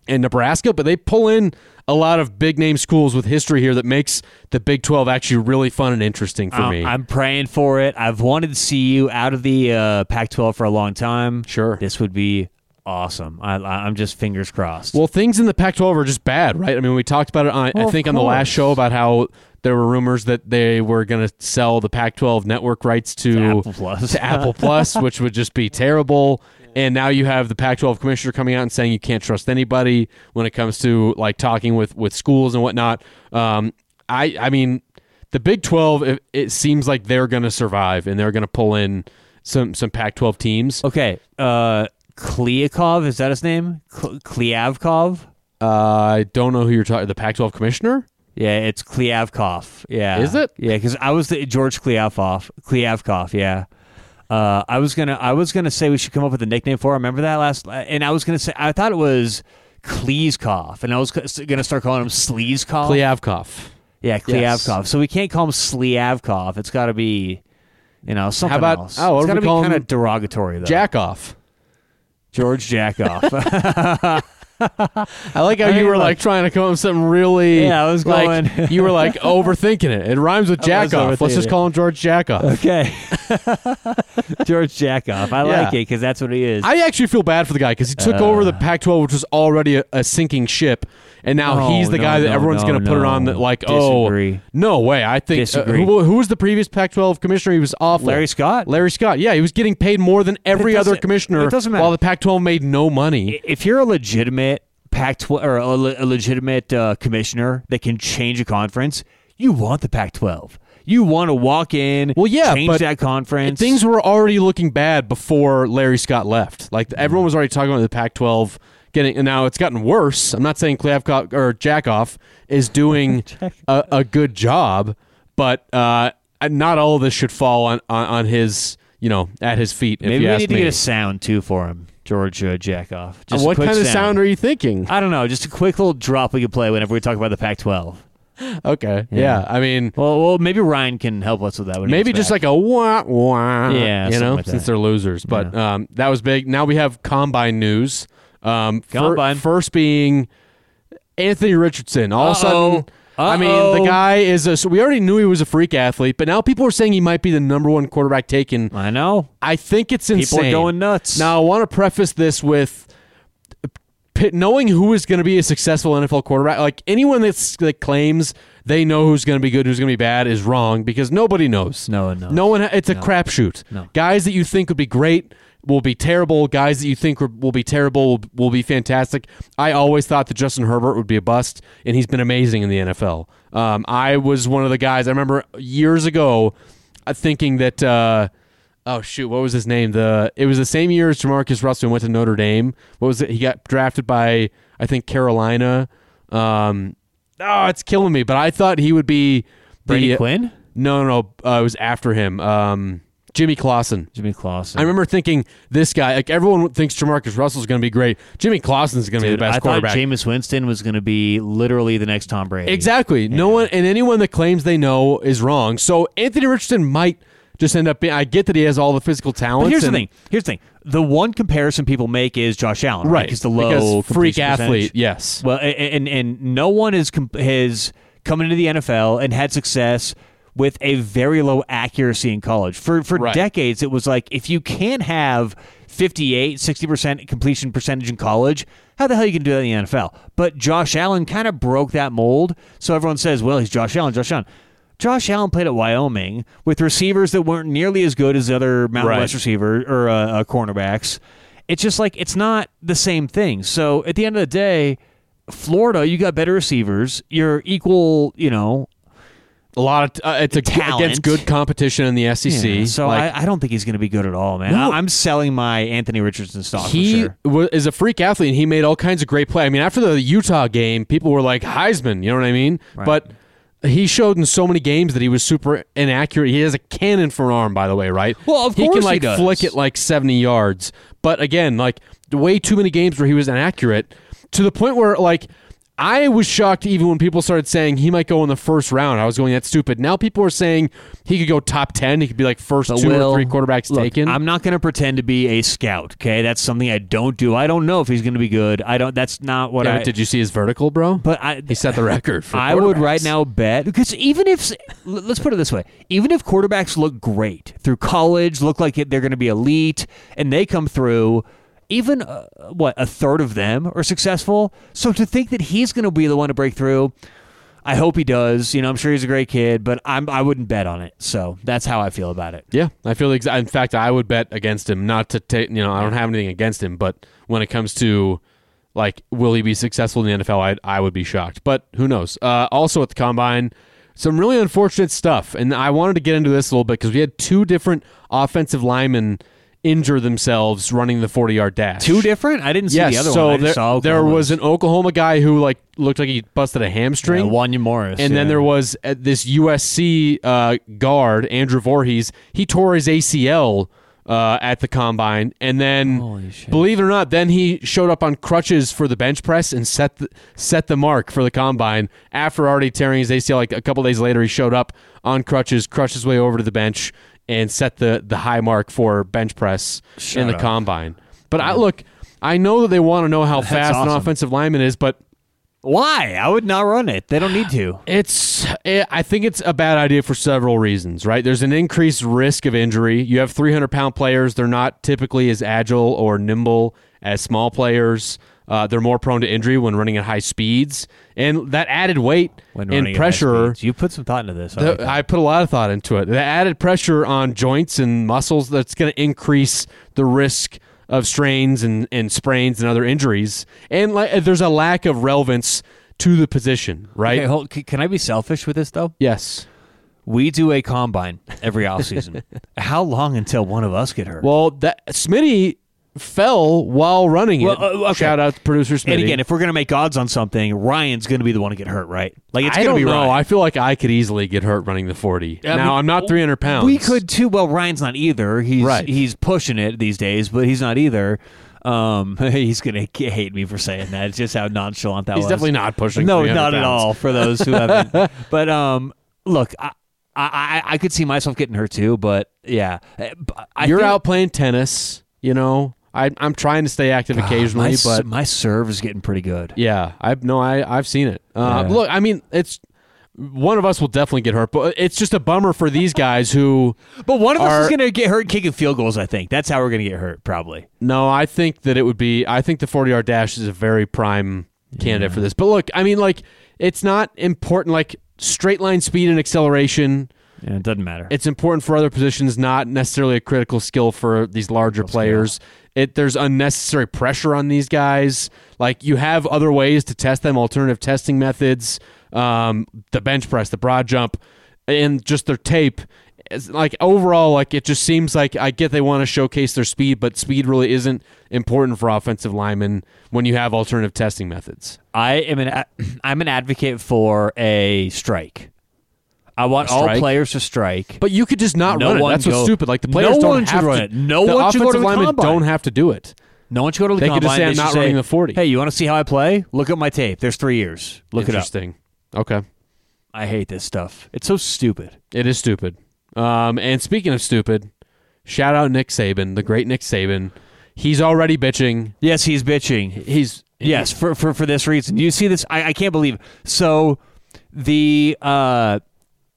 Speaker 2: and Nebraska, but they pull in a lot of big name schools with history here that makes the Big 12 actually really fun and interesting for
Speaker 1: Um,
Speaker 2: me.
Speaker 1: I'm praying for it. I've wanted to see you out of the uh, Pac-12 for a long time.
Speaker 2: Sure.
Speaker 1: this would be awesome. I, I- I'm just fingers crossed.
Speaker 2: well, things in the Pac 12 are just bad, right? I mean, we talked about it, on,
Speaker 1: Well,
Speaker 2: I
Speaker 1: of
Speaker 2: think, on the last
Speaker 1: course.
Speaker 2: show about how there were rumors that they were going to sell the Pac 12 network rights to,
Speaker 1: Apple Plus.
Speaker 2: to Apple Plus, which would just be terrible. And now you have the Pac-12 commissioner coming out and saying you can't trust anybody when it comes to like talking with with schools and whatnot. Um, I I mean, the Big 12 it, it seems like they're going to survive and they're going to pull in some some Pac-12 teams.
Speaker 1: okay, uh, Kliakov is that his name? Kl- Kliavkov.
Speaker 2: Uh, I don't know who you're talking. The Pac-12 commissioner?
Speaker 1: Yeah, it's Kliavkov. Yeah,
Speaker 2: Is it?
Speaker 1: Yeah, because I was the George Kliavkov. Kliavkov. Yeah. Uh, I was gonna, I was gonna say we should come up with a nickname for. Him. Remember that last, and I was gonna say I thought it was Kleeskov, and I was gonna start calling him Sleezkov.
Speaker 2: Klyavkov.
Speaker 1: yeah,
Speaker 2: Yes.
Speaker 1: Kliavkov. So we can't call him Sliavkov. It's got to be, you know, something
Speaker 2: about-
Speaker 1: else.
Speaker 2: oh, what
Speaker 1: it's
Speaker 2: if
Speaker 1: got to
Speaker 2: we
Speaker 1: be
Speaker 2: call
Speaker 1: kind
Speaker 2: him
Speaker 1: of derogatory though.
Speaker 2: Jackoff.
Speaker 1: George Jackoff.
Speaker 2: I like how
Speaker 1: I mean,
Speaker 2: you were
Speaker 1: look-
Speaker 2: like trying to come up with something really.
Speaker 1: Yeah, I was
Speaker 2: like,
Speaker 1: going-
Speaker 2: you were like overthinking it. It rhymes with
Speaker 1: I was
Speaker 2: Jackoff. Let's
Speaker 1: overthinking
Speaker 2: just
Speaker 1: it.
Speaker 2: call him George Jackoff.
Speaker 1: okay, George Jackoff. I
Speaker 2: Yeah.
Speaker 1: like it because that's what he is.
Speaker 2: I actually feel bad for the guy because he took over
Speaker 1: Uh.
Speaker 2: the Pac-12, which was already a, a sinking ship, and now
Speaker 1: No,
Speaker 2: he's the
Speaker 1: no,
Speaker 2: guy that
Speaker 1: no,
Speaker 2: everyone's
Speaker 1: no,
Speaker 2: going to put it on.
Speaker 1: no.
Speaker 2: The, like,
Speaker 1: Disagree.
Speaker 2: oh, no way! I think uh,
Speaker 1: Disagree.
Speaker 2: who, who was the previous Pac-12 commissioner? He was awful.
Speaker 1: Larry Scott.
Speaker 2: Larry Scott. Yeah, he was getting paid more than every other
Speaker 1: doesn't-
Speaker 2: commissioner.
Speaker 1: it doesn't matter.
Speaker 2: While the Pac-12 made no money.
Speaker 1: if you're a legitimate Pac-12 or a, le- a legitimate uh, commissioner that can change a conference, you want the Pac-12. You want to walk in,
Speaker 2: Well, yeah,
Speaker 1: change
Speaker 2: but
Speaker 1: that conference.
Speaker 2: Things were already looking bad before Larry Scott left. Like everyone was already talking about the Pac-12 getting, and now it's gotten worse. I'm not saying Klavkov or Jackoff is doing a, a good job, but uh, not all of this should fall on, on, on his, you know, at his feet. If
Speaker 1: Maybe
Speaker 2: you
Speaker 1: we
Speaker 2: ask
Speaker 1: need to
Speaker 2: me.
Speaker 1: get a sound too for him, George uh, Jackoff. Just a
Speaker 2: what
Speaker 1: quick
Speaker 2: kind of sound are you thinking?
Speaker 1: I don't know. Just a quick little drop we could play whenever we talk about the Pac-12.
Speaker 2: okay. Yeah. I mean,
Speaker 1: Well, well, maybe Ryan can help us with that. When he
Speaker 2: maybe
Speaker 1: gets
Speaker 2: just
Speaker 1: back.
Speaker 2: like a wah wah.
Speaker 1: Yeah,
Speaker 2: You
Speaker 1: something
Speaker 2: know,
Speaker 1: like that.
Speaker 2: since they're losers. But um, that was big. Now we have combine news. Um, fir-
Speaker 1: Combine.
Speaker 2: first being Anthony Richardson. All of a
Speaker 1: Uh-oh.
Speaker 2: sudden. I mean,
Speaker 1: Uh-oh.
Speaker 2: the guy is a. So we already knew he was a freak athlete, but now people are saying he might be the number one quarterback taken.
Speaker 1: I know
Speaker 2: I think it's insane.
Speaker 1: people are going nuts.
Speaker 2: Now, I want to preface this with p- knowing who is going to be a successful NFL quarterback. Like anyone that's, that claims they know who's going to be good, who's going to be bad, is wrong because nobody knows.
Speaker 1: No one knows.
Speaker 2: No one. It's a crapshoot.
Speaker 1: No.
Speaker 2: Guys that you think would be great will be terrible. Guys that you think are- will be terrible will, will be fantastic. I always thought that Justin Herbert would be a bust, and he's been amazing in the NFL. Um, I was one of the guys. I remember years ago uh, thinking that. Uh, Oh shoot! What was his name? The it was the same year as Jamarcus Russell went to Notre Dame. What was it? He got drafted by I think Carolina. Um, oh, it's killing me. But I thought he would be the- uh,
Speaker 1: Brady Quinn,
Speaker 2: no, no, no. Uh, it was after him. Um, Jimmy Clausen.
Speaker 1: Jimmy Clausen.
Speaker 2: I remember thinking this guy. Like everyone thinks Jamarcus Russell's going to be great. Jimmy Clausen's going to be the
Speaker 1: Dude,
Speaker 2: best
Speaker 1: I thought
Speaker 2: quarterback.
Speaker 1: Jameis Winston was going to be literally the next Tom Brady.
Speaker 2: exactly. No one and anyone that claims they know is wrong. So Anthony Richardson might just end up being. I get that he has all the physical talents.
Speaker 1: But here's the
Speaker 2: and-
Speaker 1: thing. Here's the thing. The one comparison people make is Josh Allen, right?
Speaker 2: right?
Speaker 1: Because the low
Speaker 2: because freak
Speaker 1: completion percentage.
Speaker 2: athlete. Yes.
Speaker 1: Well, a- a- and and no one is com- has come into the NFL and had success with a very low accuracy in college. For for
Speaker 2: Right.
Speaker 1: decades it was like if you can't have 58, 60% completion percentage in college, how the hell you can do that in the NFL? But Josh Allen kind of broke that mold. So everyone says, "Well, he's Josh Allen, Josh Allen." Josh Allen played at Wyoming with receivers that weren't nearly as good as the other Mountain
Speaker 2: Right.
Speaker 1: West receiver or uh, uh, cornerbacks. It's just like it's not the same thing. So at the end of the day, Florida, you got better receivers. You're equal, you know.
Speaker 2: A lot of uh, it's a,
Speaker 1: Talent.
Speaker 2: against good competition in the SEC.
Speaker 1: Yeah, so
Speaker 2: Like,
Speaker 1: I, I don't think he's going to be good at all, man.
Speaker 2: No.
Speaker 1: I, am selling my Anthony Richardson stock
Speaker 2: he
Speaker 1: for sure.
Speaker 2: wa- is a freak athlete and he made all kinds of great play. I mean, after the Utah game, people were like Heisman, you know what I mean? But he showed in so many games that he was super inaccurate. He has a cannon for an arm, by the way, right?
Speaker 1: Well, of
Speaker 2: he
Speaker 1: course
Speaker 2: can
Speaker 1: he
Speaker 2: like
Speaker 1: does.
Speaker 2: flick it like seventy yards. But again, like way too many games where he was inaccurate to the point where like I was shocked even when people started saying he might go in the first round. I was going that's stupid. Now people are saying he could go top ten. He could be like first two
Speaker 1: Will,
Speaker 2: or three quarterbacks
Speaker 1: Look,
Speaker 2: taken.
Speaker 1: I'm not going to pretend to be a scout. Okay, that's something I don't do. I don't know if he's going to be good. I don't. That's not what
Speaker 2: Damn
Speaker 1: I.
Speaker 2: it, did you see his vertical, bro?
Speaker 1: but I.
Speaker 2: He set the record. For
Speaker 1: I would
Speaker 2: quarterbacks.
Speaker 1: right now bet because even if l- let's put it this way, even if quarterbacks look great through college, look like they're going to be elite, and they come through, even uh, what a third of them are successful. So to think that he's going to be the one to break through, I hope he does. You know, I'm sure he's a great kid, but I'm I wouldn't bet on it. So that's how I feel about it.
Speaker 2: Yeah, I feel the exa- In fact, I would bet against him. Not to take, you know, I don't have anything against him, but when it comes to like, will he be successful in the NFL? I I would be shocked, but who knows? Uh, also at the combine, some really unfortunate stuff, and I wanted to get into this a little bit because we had two different offensive linemen injure themselves running the forty-yard dash.
Speaker 1: Two different? I didn't see
Speaker 2: Yes,
Speaker 1: the other
Speaker 2: so
Speaker 1: one. I
Speaker 2: there,
Speaker 1: just saw
Speaker 2: there
Speaker 1: Oklahoma's.
Speaker 2: was an Oklahoma guy who like looked like he busted a
Speaker 1: yeah,
Speaker 2: hamstring.
Speaker 1: Wanya Morris,
Speaker 2: And then
Speaker 1: yeah.
Speaker 2: there was uh, this USC uh, guard, Andrew Voorhees. He tore his ACL uh, at the combine, and
Speaker 1: Holy
Speaker 2: then,
Speaker 1: shit.
Speaker 2: believe it or not, then he showed up on crutches for the bench press and set the, set the mark for the combine. After already tearing his ACL, like a couple days later, he showed up on crutches, crushed his way over to the bench, and set the the high mark for bench press in the
Speaker 1: up.
Speaker 2: combine. But I look, I know that they want to know how fast an
Speaker 1: awesome.
Speaker 2: offensive lineman is, but
Speaker 1: Why? I would not run it. They don't need to.
Speaker 2: it's. It, I think it's a bad idea for several reasons. Right? There's an increased risk of injury. You have 300 pound players. They're not typically as agile or nimble as small players. Uh, they're more prone to injury when running at high speeds, and that added weight
Speaker 1: When running
Speaker 2: and
Speaker 1: at high
Speaker 2: pressure.
Speaker 1: speeds. you put some thought into this. I like
Speaker 2: The,
Speaker 1: that.
Speaker 2: I put a lot of thought into it. The added pressure on joints and muscles that's going to increase the risk of strains and, and sprains and other injuries. And like, eh, there's a lack of relevance to the position, right?
Speaker 1: Okay, hold, c- can I be selfish with this though?
Speaker 2: Yes.
Speaker 1: We do a combine every offseason. How long until one of us get hurt?
Speaker 2: Well, that Smitty fell while running it.
Speaker 1: Well, uh, okay.
Speaker 2: Shout out to producer Smitty.
Speaker 1: and again, if we're gonna make odds on something, Ryan's gonna be the one to get hurt, right? Like it's
Speaker 2: I
Speaker 1: gonna
Speaker 2: don't
Speaker 1: be
Speaker 2: know.
Speaker 1: Ryan.
Speaker 2: I feel like I could easily get hurt running the 40. now,
Speaker 1: we-
Speaker 2: I'm not 300 pounds.
Speaker 1: We could too. Well, Ryan's not either. He's
Speaker 2: Right.
Speaker 1: he's pushing it these days, but he's not either. Um, he's gonna k- hate me for saying that. It's just how nonchalant that
Speaker 2: He's
Speaker 1: was.
Speaker 2: definitely not pushing.
Speaker 1: no,
Speaker 2: 300
Speaker 1: not at
Speaker 2: pounds.
Speaker 1: all. For those who haven't, but um, look, I, I, I- I could see myself getting hurt too. But yeah, Uh, b- I
Speaker 2: You're
Speaker 1: think-
Speaker 2: out playing tennis. You know, I, I'm trying to stay active
Speaker 1: Ah, my,
Speaker 2: occasionally,
Speaker 1: s-
Speaker 2: but
Speaker 1: my serve is getting pretty good.
Speaker 2: yeah, I no, I I've seen it. Uh,
Speaker 1: Yeah.
Speaker 2: Look, I mean, it's one of us will definitely get hurt, but it's just a bummer for these guys who.
Speaker 1: But one of us is
Speaker 2: Are-
Speaker 1: gonna get hurt kicking field goals. I think that's how we're gonna get hurt probably.
Speaker 2: No, I think that it would be. I think the 40 yard dash is a very prime candidate for this. But look, I mean, like, it's not important. Like straight line speed and acceleration.
Speaker 1: Yeah, it doesn't matter.
Speaker 2: it's important for other positions, not necessarily a critical skill for these larger players. It there's unnecessary pressure on these guys. Like you have other ways to test them, alternative testing methods, um, the bench press, the broad jump, and just their tape. It's like overall, like it just seems like I get they want to showcase their speed, but speed really isn't important for offensive linemen when you have alternative testing methods.
Speaker 1: I am an a- I'm an advocate for a strike. I want all
Speaker 2: strike?
Speaker 1: players to strike.
Speaker 2: But you could just not
Speaker 1: No
Speaker 2: run it.
Speaker 1: one
Speaker 2: That's
Speaker 1: go-
Speaker 2: what's stupid. Like the
Speaker 1: No
Speaker 2: players don't
Speaker 1: one should
Speaker 2: have
Speaker 1: run
Speaker 2: to.
Speaker 1: it. No
Speaker 2: the
Speaker 1: one should
Speaker 2: offensive
Speaker 1: go to the
Speaker 2: linemen
Speaker 1: combine.
Speaker 2: don't have to do it.
Speaker 1: No one should go to the
Speaker 2: They could
Speaker 1: combine.
Speaker 2: just say, "I'm
Speaker 1: should
Speaker 2: not running the 40."
Speaker 1: Hey, you want to see how I play? Look at my tape. There's three years. Look it up.
Speaker 2: Interesting. Okay.
Speaker 1: I hate this stuff. It's so stupid.
Speaker 2: It is stupid. Um, and speaking of stupid, shout out Nick Saban, the great Nick Saban. He's already bitching.
Speaker 1: Yes, he's bitching.
Speaker 2: He's
Speaker 1: Yes, for for, for this reason. You see this? I, I can't believe. So the uh,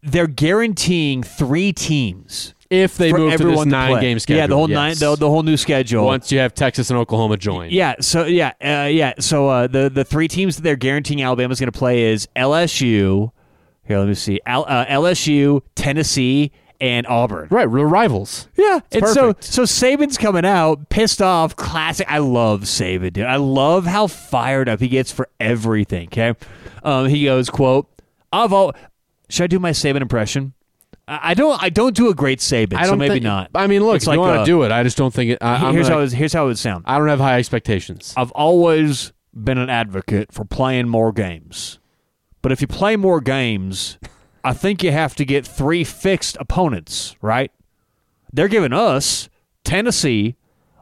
Speaker 1: they're guaranteeing three teams
Speaker 2: if they
Speaker 1: for
Speaker 2: move to this
Speaker 1: everyone
Speaker 2: nine
Speaker 1: play.
Speaker 2: game schedule.
Speaker 1: Yeah, the whole
Speaker 2: yes.
Speaker 1: nine, the, the whole new schedule.
Speaker 2: Once you have Texas and Oklahoma join.
Speaker 1: Yeah. So yeah, uh, yeah. So uh, the the three teams that they're guaranteeing Alabama's going to play is LSU. Here, let me see. Al, uh, LSU, Tennessee, and Auburn.
Speaker 2: Right, real rivals.
Speaker 1: Yeah, and
Speaker 2: perfect.
Speaker 1: so so Saban's coming out pissed off. Classic. I love Saban, dude. I love how fired up he gets for everything. Okay, um, he goes, "quote I've all." Should I do my Saban impression? I I don't. I don't do a great Saban,
Speaker 2: I don't
Speaker 1: so maybe
Speaker 2: think-
Speaker 1: not.
Speaker 2: I mean, look,
Speaker 1: It's
Speaker 2: if
Speaker 1: like
Speaker 2: you want
Speaker 1: a-
Speaker 2: to do it. I just don't think it. I, I'm
Speaker 1: here's
Speaker 2: gonna-
Speaker 1: how it, here's how it would sound.
Speaker 2: I don't have high expectations.
Speaker 1: I've always been an advocate for playing more games. But if you play more games, I think you have to get three fixed opponents, right? They're giving us Tennessee,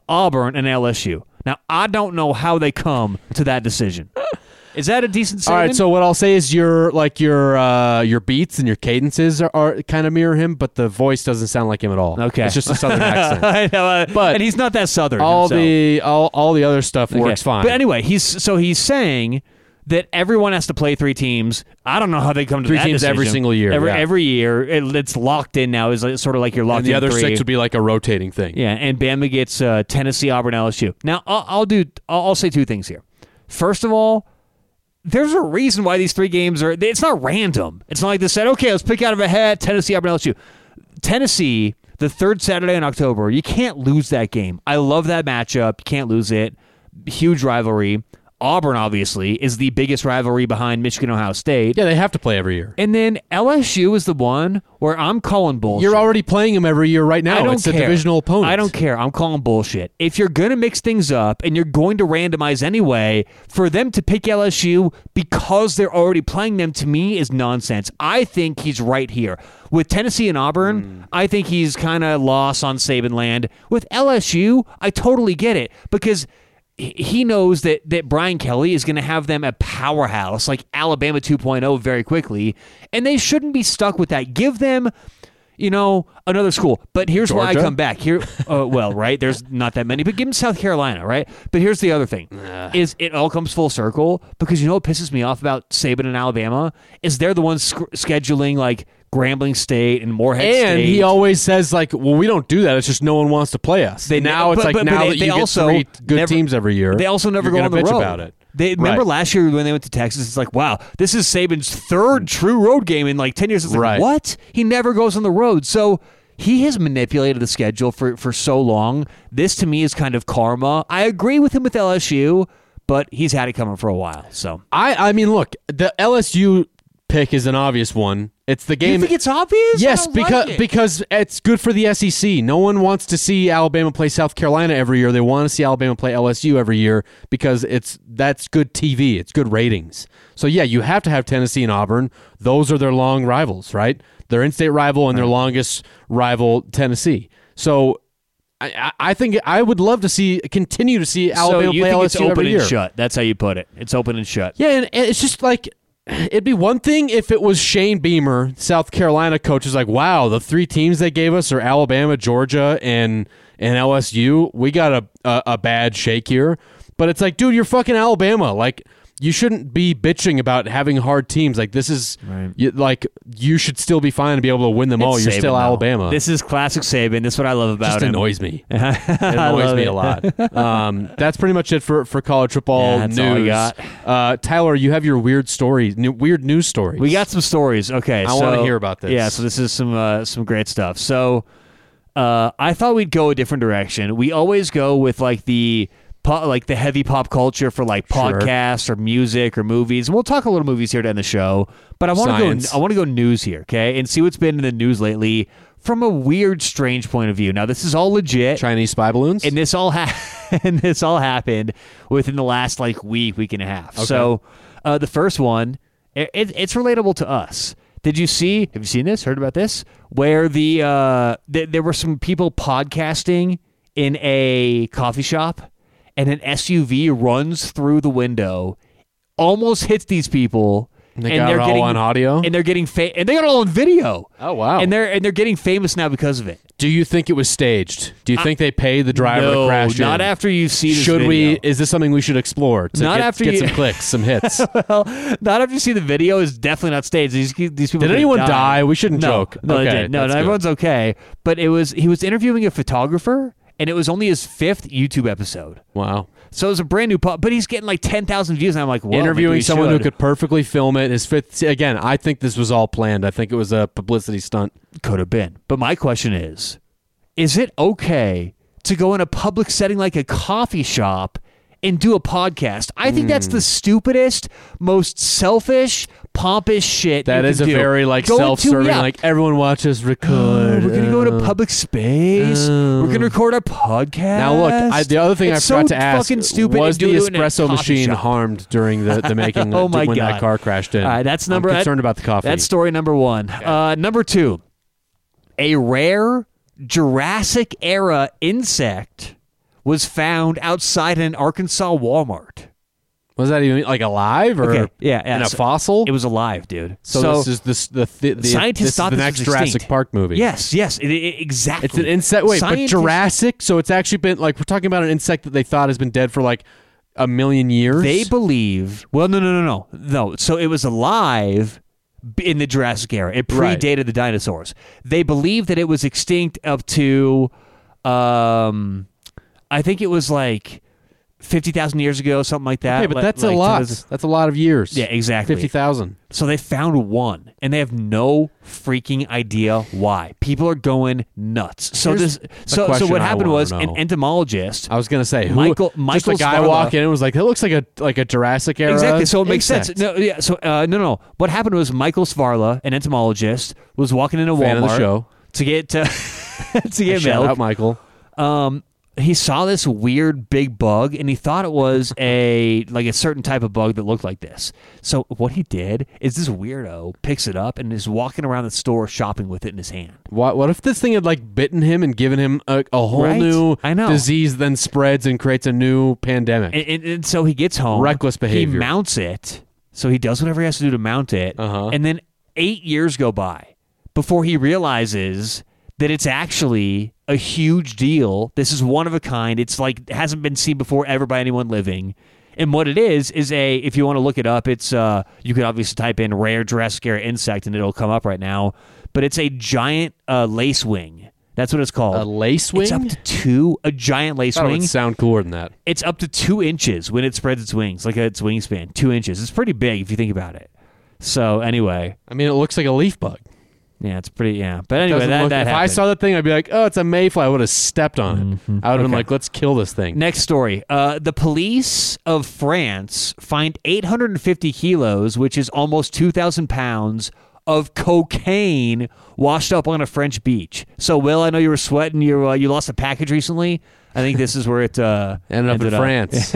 Speaker 1: Auburn, and LSU. Now, I don't know how they come to that decision. Is that a decent
Speaker 2: All
Speaker 1: statement?
Speaker 2: right, so what I'll say is your like your uh, your beats and your cadences are, are kind of mirror him, but the voice doesn't sound like him at all.
Speaker 1: Okay.
Speaker 2: it's just a southern accent.
Speaker 1: I know, uh,
Speaker 2: But
Speaker 1: and he's not that southern.
Speaker 2: all
Speaker 1: himself.
Speaker 2: the all, all the other stuff
Speaker 1: Okay.
Speaker 2: works fine.
Speaker 1: But anyway, he's so he's saying that everyone has to play three teams. I don't know how they come to
Speaker 2: Three
Speaker 1: that
Speaker 2: teams every
Speaker 1: decision.
Speaker 2: single year,
Speaker 1: Every
Speaker 2: yeah.
Speaker 1: every year, it, it's locked in now. Is like, sort of like you're locked
Speaker 2: and the
Speaker 1: in
Speaker 2: other
Speaker 1: three.
Speaker 2: six would be like a rotating thing.
Speaker 1: yeah, and Bama gets uh, Tennessee, Auburn, LSU. Now I'll, I'll do. I'll, I'll say two things here. First of all. There's a reason why these three games are. It's not random. It's not like they said, okay, let's pick out of a hat Tennessee, Auburn, LSU. Tennessee, the third Saturday in October, you can't lose that game. I love that matchup. You can't lose it. Huge rivalry. Auburn, obviously, is the biggest rivalry behind Michigan, Ohio State.
Speaker 2: Yeah, they have to play every year.
Speaker 1: And then LSU is the one where I'm calling bullshit.
Speaker 2: You're already playing them every year right now.
Speaker 1: I don't
Speaker 2: it's
Speaker 1: care.
Speaker 2: a divisional opponent.
Speaker 1: I don't care. I'm calling bullshit. If you're going to mix things up and you're going to randomize anyway, for them to pick LSU because they're already playing them to me is nonsense. I think he's right here. With Tennessee and Auburn, I think he's kind of lost on Saban land. With LSU, I totally get it because he- he knows that that Brian Kelly is going to have them a powerhouse like Alabama 2.0 very quickly, and they shouldn't be stuck with that. Give them, you know, another school. But here's why I
Speaker 2: Georgia?
Speaker 1: come back here. Uh, well, right? There's not that many, but give them South Carolina, right? But here's the other thing: is it all comes full circle because you know what pisses me off about Saban and Alabama is they're the ones sc- scheduling like Grambling State and Morehead
Speaker 2: And
Speaker 1: State.
Speaker 2: he always says like, "Well, we don't do that. It's just no one wants to play us."
Speaker 1: They
Speaker 2: now
Speaker 1: ne-
Speaker 2: it's
Speaker 1: but-
Speaker 2: like
Speaker 1: but- but
Speaker 2: now
Speaker 1: they-
Speaker 2: that
Speaker 1: they
Speaker 2: you get
Speaker 1: also
Speaker 2: three good
Speaker 1: never-
Speaker 2: teams every year.
Speaker 1: They also never
Speaker 2: you're
Speaker 1: go
Speaker 2: gonna
Speaker 1: on the
Speaker 2: bitch
Speaker 1: road.
Speaker 2: about it.
Speaker 1: They remember
Speaker 2: Right.
Speaker 1: last year when they went to Texas. It's like, wow, this is Saban's third true road game in like ten years. It's like,
Speaker 2: Right.
Speaker 1: what? He never goes on the road. So he has manipulated the schedule for for so long. This to me is kind of karma. I agree with him with LSU, but he's had it coming for a while. So
Speaker 2: I I mean, look, the LSU pick is an obvious one. It's the
Speaker 1: you
Speaker 2: game.
Speaker 1: think it's obvious? I
Speaker 2: Yes,
Speaker 1: don't like
Speaker 2: because
Speaker 1: it.
Speaker 2: because it's good for the SEC. No one wants to see Alabama play South Carolina every year. They want to see Alabama play LSU every year because it's that's good TV. It's good ratings. So yeah, you have to have Tennessee and Auburn. Those are their long rivals, right? Their in-state rival and their longest rival, Tennessee. So I, I- I think I would love to see continue to see Alabama
Speaker 1: so you
Speaker 2: play
Speaker 1: think
Speaker 2: LSU
Speaker 1: it's open
Speaker 2: every
Speaker 1: and
Speaker 2: year.
Speaker 1: shut? That's how you put it. It's open and shut.
Speaker 2: Yeah, and, and it's just like it'd be one thing if it was Shane Beamer, South Carolina coach, is like, wow, the three teams they gave us are Alabama, Georgia, and and LSU. We got a a, a bad shake here, but it's like, dude, you're fucking Alabama, like. You shouldn't be bitching about having hard teams. Like this is, you, like you should still be fine to be able to win them all.
Speaker 1: It's
Speaker 2: Oh, You're
Speaker 1: Saban,
Speaker 2: still
Speaker 1: though.
Speaker 2: Alabama.
Speaker 1: This is classic Saban. That's what I love about
Speaker 2: just
Speaker 1: him.
Speaker 2: annoys me.
Speaker 1: it
Speaker 2: It annoys me a lot. Um, that's pretty much it for, for college football
Speaker 1: Yeah, that's
Speaker 2: news.
Speaker 1: all I got.
Speaker 2: Uh, Tyler, you have your weird stories, new, weird news stories.
Speaker 1: We got some stories. Okay,
Speaker 2: I
Speaker 1: so,
Speaker 2: wanna hear about this.
Speaker 1: Yeah, so this is some uh, some great stuff. So, uh, I thought we'd go a different direction. We always go with like the po- like the heavy pop culture for like podcasts or music or movies. And we'll talk a little movies here to end the show. But I want to
Speaker 2: Science.
Speaker 1: go. I want to go news here, okay, and see what's been in the news lately from a weird, strange point of view. Now, this is all legit.
Speaker 2: Chinese spy balloons.
Speaker 1: And this all ha- and this all happened within the last like week, week and a half. So uh, the first one, it, it, it's relatable to us. Did you see? Have you seen this? Heard about this? Where the uh, th- there were some people podcasting in a coffee shop, and an SUV runs through the window, almost hits these people.
Speaker 2: They got it all on audio?
Speaker 1: and they're getting fa- and they got it all on video.
Speaker 2: Oh, wow.
Speaker 1: And they're and they're getting famous now because of it.
Speaker 2: Do you think it was staged? Do you think they paid the driver
Speaker 1: no,
Speaker 2: to crash
Speaker 1: not
Speaker 2: in?
Speaker 1: after you see. This
Speaker 2: should
Speaker 1: video.
Speaker 2: we? Is this something we should explore? To
Speaker 1: Not
Speaker 2: get,
Speaker 1: after
Speaker 2: get
Speaker 1: you-
Speaker 2: some clicks, some hits.
Speaker 1: well, not after you see the video is definitely not staged. These, these people
Speaker 2: Did
Speaker 1: could've
Speaker 2: anyone
Speaker 1: died.
Speaker 2: die? We shouldn't
Speaker 1: no,
Speaker 2: joke.
Speaker 1: No, they
Speaker 2: Okay,
Speaker 1: didn't. no,
Speaker 2: that's
Speaker 1: no
Speaker 2: good.
Speaker 1: everyone's okay. But it was he was interviewing a photographer, and it was only his fifth YouTube episode.
Speaker 2: wow.
Speaker 1: So it was a brand new pop, but he's getting like ten thousand views, and I'm like, well, maybe we
Speaker 2: Interviewing someone
Speaker 1: should.
Speaker 2: who could perfectly film it. His fifth. see, Again, I think this was all planned. I think it was a publicity stunt.
Speaker 1: could have been. But my question is, is it okay to go in a public setting like a coffee shop and do a podcast? I think that's
Speaker 2: Hmm.
Speaker 1: the stupidest, most selfish, pompous shit.
Speaker 2: That is a very like self-serving. Like everyone watch us record.
Speaker 1: we're gonna go to public space. we're gonna record our podcast.
Speaker 2: Oh. Now look, I, the other thing
Speaker 1: it's
Speaker 2: I forgot
Speaker 1: so
Speaker 2: to ask
Speaker 1: fucking stupid
Speaker 2: was
Speaker 1: to
Speaker 2: the
Speaker 1: do it in a
Speaker 2: espresso
Speaker 1: coffee
Speaker 2: machine
Speaker 1: shop.
Speaker 2: harmed during the, the making
Speaker 1: Oh
Speaker 2: uh,
Speaker 1: my
Speaker 2: when
Speaker 1: God.
Speaker 2: that car crashed in.
Speaker 1: All right, that's number-
Speaker 2: I'm concerned about the coffee.
Speaker 1: That's story number one. Uh, number two, a rare Jurassic era insect was found outside an Arkansas Walmart.
Speaker 2: was that even like alive or
Speaker 1: Okay, yeah, yeah,
Speaker 2: in a
Speaker 1: so-
Speaker 2: fossil?
Speaker 1: It was alive, dude.
Speaker 2: so, this is this the thi- the,
Speaker 1: scientists
Speaker 2: this is
Speaker 1: thought
Speaker 2: the
Speaker 1: this
Speaker 2: next
Speaker 1: was
Speaker 2: Jurassic
Speaker 1: extinct.
Speaker 2: Park movie.
Speaker 1: yes, yes, it, it- exactly.
Speaker 2: It's an insect. Wait,
Speaker 1: Scientists-
Speaker 2: but Jurassic. So it's actually been like we're talking about an insect that they thought has been dead for like a million years.
Speaker 1: They believe. Well, no, no, no, no, no. So it was alive b- in the Jurassic era. It
Speaker 2: Right.
Speaker 1: predated the dinosaurs. They believe that it was extinct up to, um, I think it was like fifty thousand years ago, something like that.
Speaker 2: Okay, but
Speaker 1: Like-
Speaker 2: that's
Speaker 1: like
Speaker 2: a lot.
Speaker 1: 10,000
Speaker 2: That's a lot of years.
Speaker 1: Yeah, exactly.
Speaker 2: Fifty thousand.
Speaker 1: So they found one, and they have no freaking idea why. People are going nuts. So this.
Speaker 2: Here's a
Speaker 1: So so
Speaker 2: question
Speaker 1: what
Speaker 2: I
Speaker 1: happened
Speaker 2: wanna
Speaker 1: was
Speaker 2: know.
Speaker 1: an entomologist.
Speaker 2: I was gonna say who,
Speaker 1: Michael-
Speaker 2: just a
Speaker 1: Michael
Speaker 2: guy
Speaker 1: Scarla.
Speaker 2: walking in was like, that looks like a like a Jurassic era.
Speaker 1: Exactly. So it makes sense.
Speaker 2: insect."
Speaker 1: No, yeah. So uh, no, no. What happened was Michael Svarla, an entomologist, was walking into
Speaker 2: Fan of the
Speaker 1: Walmart
Speaker 2: show.
Speaker 1: to get to, to get
Speaker 2: Shout out,
Speaker 1: milk.
Speaker 2: Michael.
Speaker 1: Um, he saw this weird big bug, and he thought it was a like a certain type of bug that looked like this. So what he did is this weirdo picks it up and is walking around the store shopping with it in his hand.
Speaker 2: What, what if this thing had like bitten him and given him a, a whole
Speaker 1: Right?
Speaker 2: new
Speaker 1: I know.
Speaker 2: disease, then spreads and creates a new pandemic?
Speaker 1: And, and, and so he gets home.
Speaker 2: Reckless
Speaker 1: He
Speaker 2: behavior.
Speaker 1: mounts it. So he does whatever he has to do to mount it.
Speaker 2: Uh-huh.
Speaker 1: And then eight years go by before he realizes that it's actually a huge deal. This is one of a kind. It's like hasn't been seen before ever by anyone living. And what it is is a if you want to look it up, it's uh you could obviously type in rare Jurassic era insect and it'll come up right now. But it's a giant uh, lace wing. That's what it's called.
Speaker 2: a lace wing.
Speaker 1: It's up to two. A giant lace
Speaker 2: Thought it
Speaker 1: wing
Speaker 2: would sound cooler than that.
Speaker 1: it's up to two inches when it spreads its wings, like its wingspan, two inches. It's pretty big if you think about it. So anyway,
Speaker 2: I mean, it looks like a leaf bug.
Speaker 1: yeah, it's pretty. Yeah, but anyway,
Speaker 2: Doesn't
Speaker 1: that,
Speaker 2: look-
Speaker 1: that
Speaker 2: if I
Speaker 1: happened. Mm-hmm.
Speaker 2: saw that thing, I'd be like, "Oh, it's a mayfly." I would have stepped on it. I would have been like, "Let's kill this thing."
Speaker 1: Next story: uh, the police of France find 850 kilos, which is almost 2,000 pounds, of cocaine washed up on a French beach. So, Will, I know you were sweating. You uh, you lost a package recently. I think this is where it uh,
Speaker 2: Ended up in France.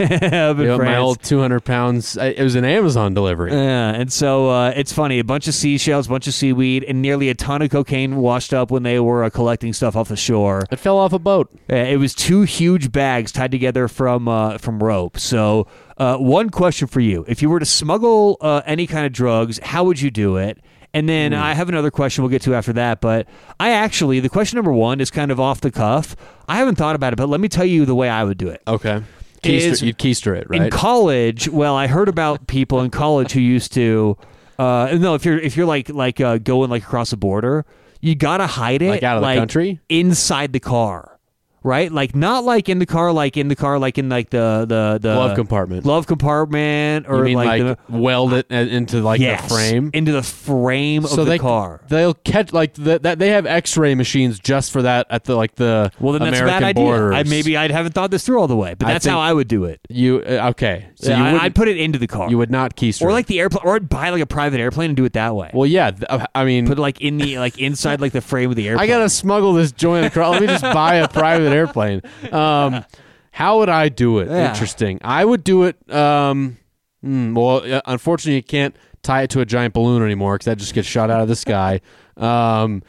Speaker 1: up in
Speaker 2: Yeah,
Speaker 1: France.
Speaker 2: My old 200 pounds. I, it was an Amazon delivery.
Speaker 1: Yeah, and so uh, it's funny. A bunch of seashells, bunch of seaweed, and nearly a ton of cocaine washed up when they were uh, collecting stuff off the shore.
Speaker 2: It fell off a boat.
Speaker 1: Uh, It was two huge bags tied together from uh, from rope. So, uh, one question for you: If you were to smuggle uh, any kind of drugs, how would you do it? And then I have another question we'll get to after that. But I actually, the question number one is kind of off the cuff. I haven't thought about it, but let me tell you the way I would do it.
Speaker 2: Okay. Keister,
Speaker 1: Is-
Speaker 2: you'd keister it, right?
Speaker 1: In college, well, I heard about people in college who used to. Uh, no, if you're if you're like like uh, going like across the border, you gotta hide it
Speaker 2: Like out of the country?
Speaker 1: inside the car, right? Like not like in the car, like in the car, like in like the the the
Speaker 2: Glove compartment.
Speaker 1: glove compartment, or
Speaker 2: you mean like,
Speaker 1: like, the
Speaker 2: weld it in- into like
Speaker 1: yes,
Speaker 2: the frame?
Speaker 1: into the frame
Speaker 2: so
Speaker 1: of the
Speaker 2: they
Speaker 1: car.
Speaker 2: they'll catch like the, that they have X-ray machines just for that at the like the
Speaker 1: Well, then that's
Speaker 2: American
Speaker 1: a bad
Speaker 2: borders.
Speaker 1: idea. I, maybe I haven't thought this through all the way, but
Speaker 2: I
Speaker 1: that's
Speaker 2: think-
Speaker 1: how I would do it.
Speaker 2: you uh, okay? So
Speaker 1: Yeah,
Speaker 2: you
Speaker 1: I,
Speaker 2: wouldn't-
Speaker 1: I'd put it into the car,
Speaker 2: you would not keister
Speaker 1: or
Speaker 2: it.
Speaker 1: like the airplane, or I'd buy like a private airplane and do it that way.
Speaker 2: well yeah th- uh, I mean
Speaker 1: put like in the like inside like the frame of the airplane.
Speaker 2: I gotta smuggle this joint across. Let me just buy a private airplane. Um, how would I do it?
Speaker 1: Yeah.
Speaker 2: Interesting. I would do it. Um, hmm, well, uh, unfortunately, you can't tie it to a giant balloon anymore because that just gets shot out of the sky. Um,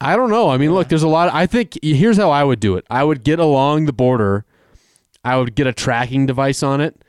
Speaker 2: I don't know. I mean, look, there's a lot. I think here's how I would do it. I would get along the border. I would get a tracking device on it,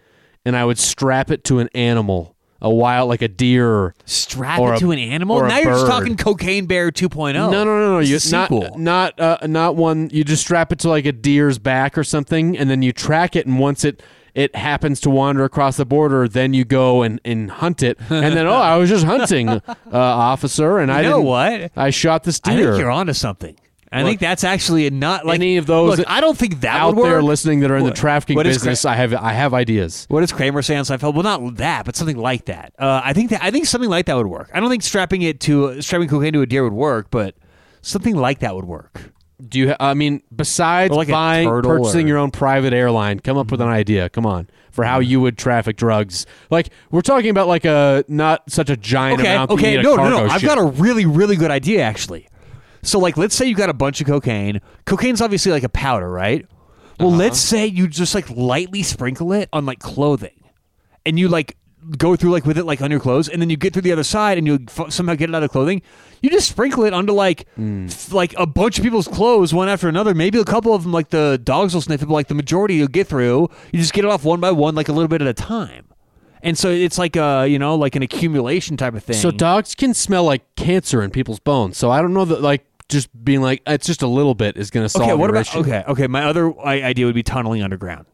Speaker 2: and I would strap it to an animal, a wild like a deer.
Speaker 1: strap
Speaker 2: Or
Speaker 1: it
Speaker 2: a-
Speaker 1: to an animal.
Speaker 2: or a
Speaker 1: Now you're just
Speaker 2: bird.
Speaker 1: talking cocaine bear oh. 2.0.
Speaker 2: No, no, no, no.
Speaker 1: It's
Speaker 2: You,
Speaker 1: a
Speaker 2: not
Speaker 1: sequel.
Speaker 2: not uh, not one. You just strap it to like a deer's back or something, and then you track it. And once it it happens to wander across the border, then you go and, and hunt it. And then oh, I was just hunting, uh, officer, and I
Speaker 1: you know
Speaker 2: didn't-
Speaker 1: what?
Speaker 2: I shot this
Speaker 1: I
Speaker 2: deer.
Speaker 1: think you're onto something. I think that's actually not like
Speaker 2: Any of those
Speaker 1: Look, I don't think that
Speaker 2: out
Speaker 1: would work.
Speaker 2: there listening that are in
Speaker 1: What-
Speaker 2: the trafficking
Speaker 1: what is cra-
Speaker 2: business, I have I have ideas.
Speaker 1: What does Kramer say on Seinfeld? Well, not that, but something like that. Uh, I think that I think something like that would work. I don't think strapping it to strapping cocaine to a deer would work, but something like that would work.
Speaker 2: Do you? Ha- I mean, besides
Speaker 1: Or like a
Speaker 2: buying,
Speaker 1: turtle
Speaker 2: purchasing
Speaker 1: or-
Speaker 2: your own private airline, come up with an idea. Come on, for how you would traffic drugs. Like we're talking about, like a not such a giant
Speaker 1: okay,
Speaker 2: amount. that
Speaker 1: okay,
Speaker 2: you need
Speaker 1: no,
Speaker 2: a
Speaker 1: no,
Speaker 2: cargo
Speaker 1: no. I've
Speaker 2: ship.
Speaker 1: got a really, really good idea actually. So, like, let's say you got a bunch of cocaine. Cocaine's obviously like a powder, right? Well, let's say you just like lightly sprinkle it on like clothing, and you like go through like with it like on your clothes, and then you get through the other side, and you f- somehow get it out of clothing. You just sprinkle it onto like f- like a bunch of people's clothes one after another. Maybe a couple of them like the dogs will sniff it, but like the majority you'll get through. You just get it off one by one, like a little bit at a time. And so it's like a you know like an accumulation type of thing.
Speaker 2: So dogs can smell like cancer in people's bones. So I don't know that like just being like it's just a little bit is going to solve
Speaker 1: Okay, what
Speaker 2: your
Speaker 1: about
Speaker 2: issue.
Speaker 1: okay? Okay, my other i- idea would be tunneling underground,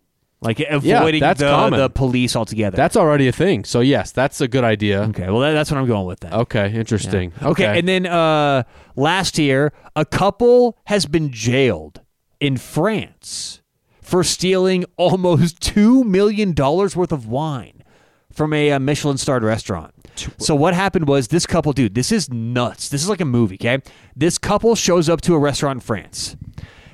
Speaker 1: like avoiding
Speaker 2: that's
Speaker 1: the,
Speaker 2: common.
Speaker 1: the police altogether.
Speaker 2: That's already a thing. So yes, that's a good idea.
Speaker 1: okay. Well, that, that's what I'm going with then.
Speaker 2: Okay, interesting.
Speaker 1: Mm. Okay, and then uh, last year, a couple has been jailed in France for stealing almost two million dollars worth of wine from a, uh Michelin-starred restaurant. So what happened was this couple, dude, this is nuts. This is like a movie. Okay, this couple shows up to a restaurant in France.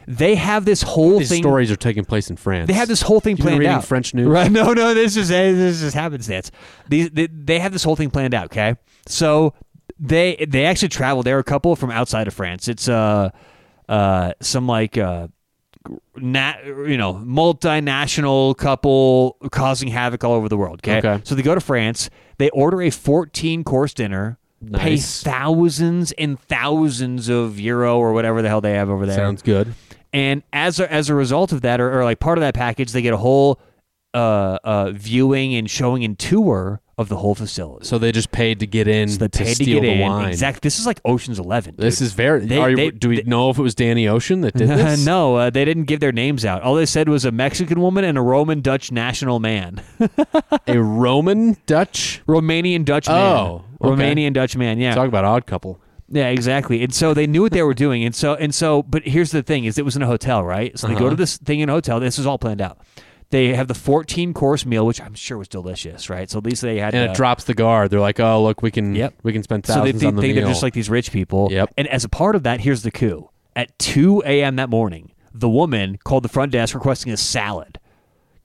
Speaker 1: They have this whole
Speaker 2: these
Speaker 1: thing.
Speaker 2: stories are taking place in France.
Speaker 1: They have this whole thing
Speaker 2: You've been
Speaker 1: planned
Speaker 2: reading
Speaker 1: out.
Speaker 2: French news?
Speaker 1: right? No, no. This is this is happenstance. These they, they have this whole thing planned out. Okay, so they they actually traveled. They're a couple from outside of France. It's uh uh some like uh nat you know multinational couple causing havoc all over the world. Okay,
Speaker 2: Okay.
Speaker 1: so they go to France. They order a fourteen course dinner. Pay
Speaker 2: Nice.
Speaker 1: thousands and thousands of euro or whatever the hell they have over there.
Speaker 2: Sounds good.
Speaker 1: And as a, as a result of that, or, or like part of that package, they get a whole uh, uh, viewing and showing and tour of the whole facility.
Speaker 2: So they just paid to get in
Speaker 1: So they
Speaker 2: to
Speaker 1: paid to
Speaker 2: steal
Speaker 1: get
Speaker 2: the
Speaker 1: in.
Speaker 2: wine.
Speaker 1: Exactly. This is like Ocean's Eleven.
Speaker 2: This is very.
Speaker 1: They-
Speaker 2: are you,
Speaker 1: they-
Speaker 2: do we know if it was Danny Ocean that did this?
Speaker 1: no, uh, they didn't give their names out. All they said was a Mexican woman and a Roman Dutch national man,
Speaker 2: A Roman Dutch.
Speaker 1: Romanian Dutch man,
Speaker 2: Oh, okay.
Speaker 1: Romanian Dutch man. Yeah,
Speaker 2: Talk about odd couple.
Speaker 1: Yeah, exactly. And so they knew what they were doing. And so and so but here's the thing is it was in a hotel, right? So they
Speaker 2: Uh-huh.
Speaker 1: go to this thing in a hotel. This is all planned out. They have the 14 course meal, which I'm sure was delicious, right? So at least they had
Speaker 2: And
Speaker 1: uh,
Speaker 2: it drops the guard. They're like, oh look, we can.
Speaker 1: Yep.
Speaker 2: We can spend
Speaker 1: So they,
Speaker 2: thousands
Speaker 1: they
Speaker 2: on the
Speaker 1: think
Speaker 2: meal.
Speaker 1: they're just like these rich people.
Speaker 2: Yep.
Speaker 1: And as a part of that, here's the coup. At 2 a.m. that morning, the woman called the front desk requesting a salad.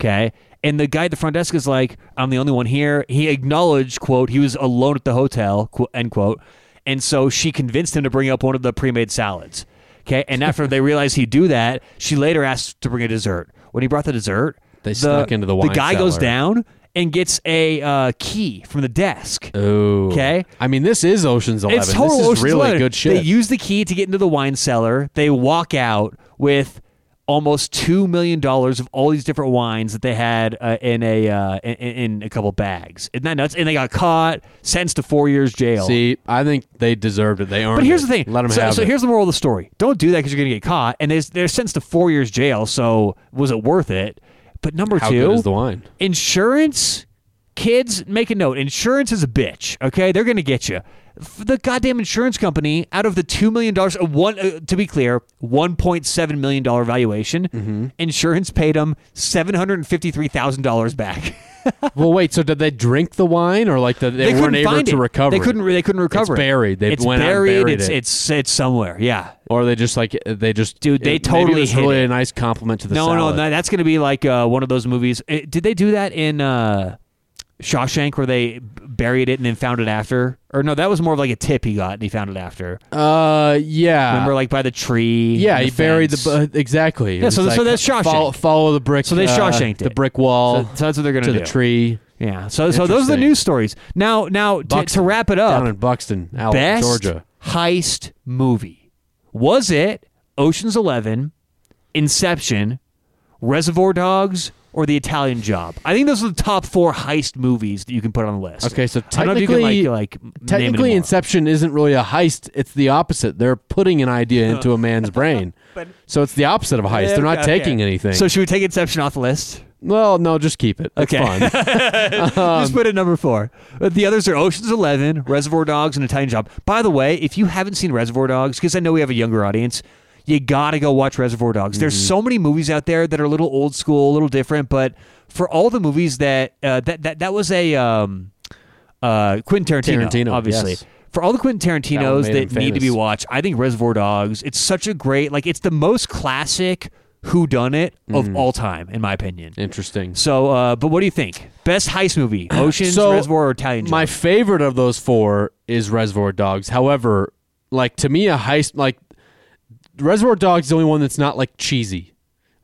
Speaker 1: Okay. And the guy at the front desk is like, I'm the only one here. He acknowledged, quote, he was alone at the hotel, qu- end quote. And so she convinced him to bring up one of the pre made salads. Okay. And after they realized he'd do that, she later asked to bring a dessert. When he brought the dessert,
Speaker 2: They snuck into the wine
Speaker 1: guy goes
Speaker 2: cellar.
Speaker 1: down and gets a uh, key from the desk.
Speaker 2: Oh.
Speaker 1: Okay.
Speaker 2: I mean, this is Ocean's Eleven.
Speaker 1: It's total
Speaker 2: this is
Speaker 1: Ocean's
Speaker 2: really
Speaker 1: Eleven.
Speaker 2: good
Speaker 1: They
Speaker 2: shit.
Speaker 1: use the key to get into the wine cellar. They walk out with almost two million dollars of all these different wines that they had uh, in a uh, in, in a couple bags. Isn't that nuts? And they got caught, sentenced to four years jail.
Speaker 2: See, I think they deserved it. They aren't.
Speaker 1: But here's the thing.
Speaker 2: Let them
Speaker 1: so,
Speaker 2: have
Speaker 1: so
Speaker 2: it.
Speaker 1: here's the moral of the story. Don't do that because you're going to get caught. And they're, they're sentenced to four years jail. So was it worth it? But number
Speaker 2: How
Speaker 1: two,
Speaker 2: good is the wine?
Speaker 1: insurance kids make a note insurance is a bitch okay they're gonna get you F- the goddamn insurance company out of the $2 million uh, one uh, to be clear $1.7 million valuation
Speaker 2: Mm-hmm.
Speaker 1: insurance paid them $753000 back
Speaker 2: well, wait. So did they drink the wine, or like the, they,
Speaker 1: they, couldn't
Speaker 2: weren't able
Speaker 1: find
Speaker 2: to
Speaker 1: it.
Speaker 2: recover?
Speaker 1: they
Speaker 2: it?
Speaker 1: couldn't re- they couldn't recover it.
Speaker 2: buried. They
Speaker 1: it's
Speaker 2: went out and
Speaker 1: buried,
Speaker 2: buried
Speaker 1: it's,
Speaker 2: it.
Speaker 1: it's it's somewhere yeah
Speaker 2: or they just like they just
Speaker 1: Dude, they
Speaker 2: it- Maybe
Speaker 1: totally
Speaker 2: it was
Speaker 1: hit
Speaker 2: really
Speaker 1: it.
Speaker 2: a nice compliment to the
Speaker 1: no
Speaker 2: salad.
Speaker 1: no no, that's gonna be like uh, one of those movies Eh, did they do that in uh, Shawshank where they b- buried it and then found it after or no that was more of like a tip he got and he found it after
Speaker 2: Uh, yeah.
Speaker 1: Remember, like by the tree.
Speaker 2: yeah,
Speaker 1: and
Speaker 2: he
Speaker 1: the
Speaker 2: buried
Speaker 1: fence.
Speaker 2: the bu- uh, exactly. It
Speaker 1: Yeah, so
Speaker 2: was
Speaker 1: th- so that's Shawshank.
Speaker 2: Follow, follow the brick.
Speaker 1: So they
Speaker 2: uh,
Speaker 1: Shawshanked
Speaker 2: the
Speaker 1: it.
Speaker 2: brick
Speaker 1: So,
Speaker 2: wall
Speaker 1: so that's what they're gonna
Speaker 2: to
Speaker 1: do.
Speaker 2: the tree
Speaker 1: Yeah. So so those are the
Speaker 2: Interesting.
Speaker 1: news stories. Now now to, to
Speaker 2: Buxton.
Speaker 1: wrap it
Speaker 2: down
Speaker 1: up,
Speaker 2: in Buxton, Al-
Speaker 1: Oh. best
Speaker 2: Georgia.
Speaker 1: heist movie was it Ocean's Eleven, Inception, Reservoir Dogs, or The Italian Job? I think those are the top four heist movies that you can put on the list.
Speaker 2: Okay, so
Speaker 1: I don't know if you can
Speaker 2: technically-
Speaker 1: like like m- name
Speaker 2: Technically,
Speaker 1: anymore.
Speaker 2: Inception isn't really a heist. It's the opposite. They're putting an idea into a man's brain. so it's the opposite of a heist. They're not
Speaker 1: Okay.
Speaker 2: taking anything.
Speaker 1: So should we take Inception off the list?
Speaker 2: well, no, just keep it. It's
Speaker 1: Okay.
Speaker 2: fun. Um,
Speaker 1: Just put it number four. But the others are Ocean's Eleven, Reservoir Dogs, and Italian Job. By the way, if you haven't seen Reservoir Dogs, because I know we have a younger audience, you gotta go watch Reservoir Dogs. There's
Speaker 2: Mm-hmm.
Speaker 1: so many movies out there that are a little old school, a little different, but for all the movies that uh, that that that was a um, uh, Quentin Tarantino,
Speaker 2: Tarantino,
Speaker 1: obviously.
Speaker 2: yes.
Speaker 1: For all the Quentin Tarantinos
Speaker 2: That one made him
Speaker 1: that need to be
Speaker 2: famous.
Speaker 1: watched, I think Reservoir Dogs. It's such a great, like, it's the most classic Who Done It of
Speaker 2: Mm.
Speaker 1: all time, in my opinion.
Speaker 2: Interesting.
Speaker 1: So, uh, but what do you think? Best heist movie: Ocean's
Speaker 2: So,
Speaker 1: Reservoir or Italian Job?
Speaker 2: My favorite of those four is Reservoir Dogs. However, like to me, a heist like Reservoir Dogs is the only one that's not like cheesy.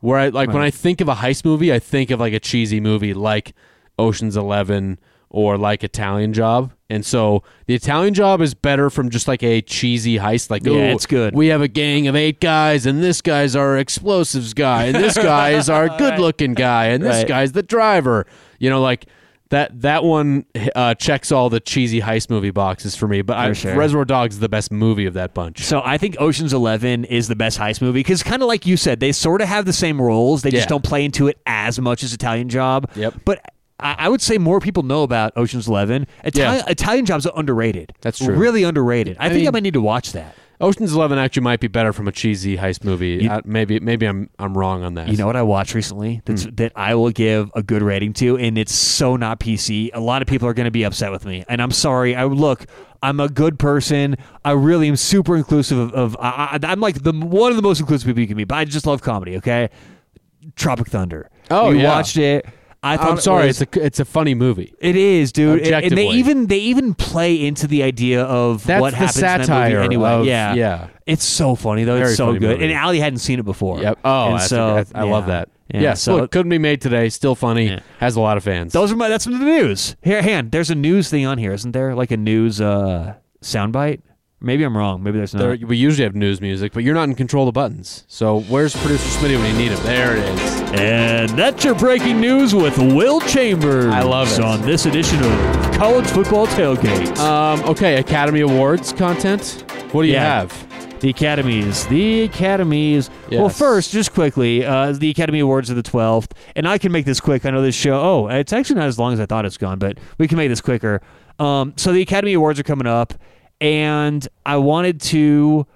Speaker 2: Where I like when I think of a heist movie, I think of like a cheesy movie like Ocean's Eleven or like Italian Job. And so the Italian Job is better from just like a cheesy heist. Like,
Speaker 1: Yeah,
Speaker 2: "Ooh,
Speaker 1: it's good.
Speaker 2: We have a gang of eight guys, and this guy's our explosives guy, and this guy is our good-looking guy, and this
Speaker 1: Right.
Speaker 2: guy's the driver. You know, like that. That one uh, checks all the cheesy heist movie boxes for me. But I,
Speaker 1: sure.
Speaker 2: Reservoir Dogs is the best movie of that bunch.
Speaker 1: so I think Ocean's Eleven is the best heist movie because, kind of like you said, they sort of have the same roles. They
Speaker 2: Yeah.
Speaker 1: just don't play into it as much as Italian Job.
Speaker 2: Yep.
Speaker 1: But I, I would say more people know about Ocean's Eleven. Italian
Speaker 2: Yeah.
Speaker 1: Italian Job's underrated.
Speaker 2: That's true.
Speaker 1: Really underrated. I, think I
Speaker 2: mean-
Speaker 1: might need to watch that.
Speaker 2: Ocean's Eleven actually might be better from a cheesy heist movie. Uh, maybe maybe I'm I'm wrong on that.
Speaker 1: You know what I watched recently that's,
Speaker 2: Hmm.
Speaker 1: that I will give a good rating to, and it's so not PC. A lot of people are going to be upset with me, and I'm sorry. I look, I'm a good person. I really am super inclusive of. of I, I, I'm like the one of the most inclusive people you can be, but I just love comedy. Okay, Tropic Thunder.
Speaker 2: Oh,
Speaker 1: we
Speaker 2: yeah.
Speaker 1: watched it. I thought
Speaker 2: I'm sorry.
Speaker 1: It
Speaker 2: It's
Speaker 1: was,
Speaker 2: a it's a funny movie.
Speaker 1: it is, dude. And- And they
Speaker 2: Objectively.
Speaker 1: even they even play into the idea of
Speaker 2: That's
Speaker 1: what
Speaker 2: the
Speaker 1: happens in that
Speaker 2: satire
Speaker 1: movie anyway.
Speaker 2: of-
Speaker 1: yeah,
Speaker 2: yeah.
Speaker 1: It's so funny though.
Speaker 2: Very
Speaker 1: it's so
Speaker 2: funny
Speaker 1: good.
Speaker 2: movie.
Speaker 1: And Ali hadn't seen it before.
Speaker 2: Yep. Oh,
Speaker 1: and
Speaker 2: that's
Speaker 1: so
Speaker 2: a- I, I love
Speaker 1: yeah.
Speaker 2: that.
Speaker 1: Yeah.
Speaker 2: yes,
Speaker 1: so
Speaker 2: look, couldn't be made today. Still funny. Has a lot of fans.
Speaker 1: Those are my. That's the news. Here, hand. There's a news thing on here, isn't there? Like a news uh, soundbite. Maybe I'm wrong. Maybe there's not.
Speaker 2: There- we usually have news music, but you're not in control of the buttons. So where's producer Smitty when you need him? There it is.
Speaker 1: And that's your breaking news with Will Chambers.
Speaker 2: I love it.
Speaker 1: On this edition of College Football Tailgate,
Speaker 2: Um, okay, Academy Awards content. What do you
Speaker 1: Yeah.
Speaker 2: have?
Speaker 1: the academies, the academies. Well,
Speaker 2: Yes.
Speaker 1: first, just quickly, uh, the Academy Awards are the 12th, and I can make this quick. I know this show. Oh, it's actually not as long as I thought it's gone, but we can make this quicker. Um, so the Academy Awards are coming up, and I wanted to.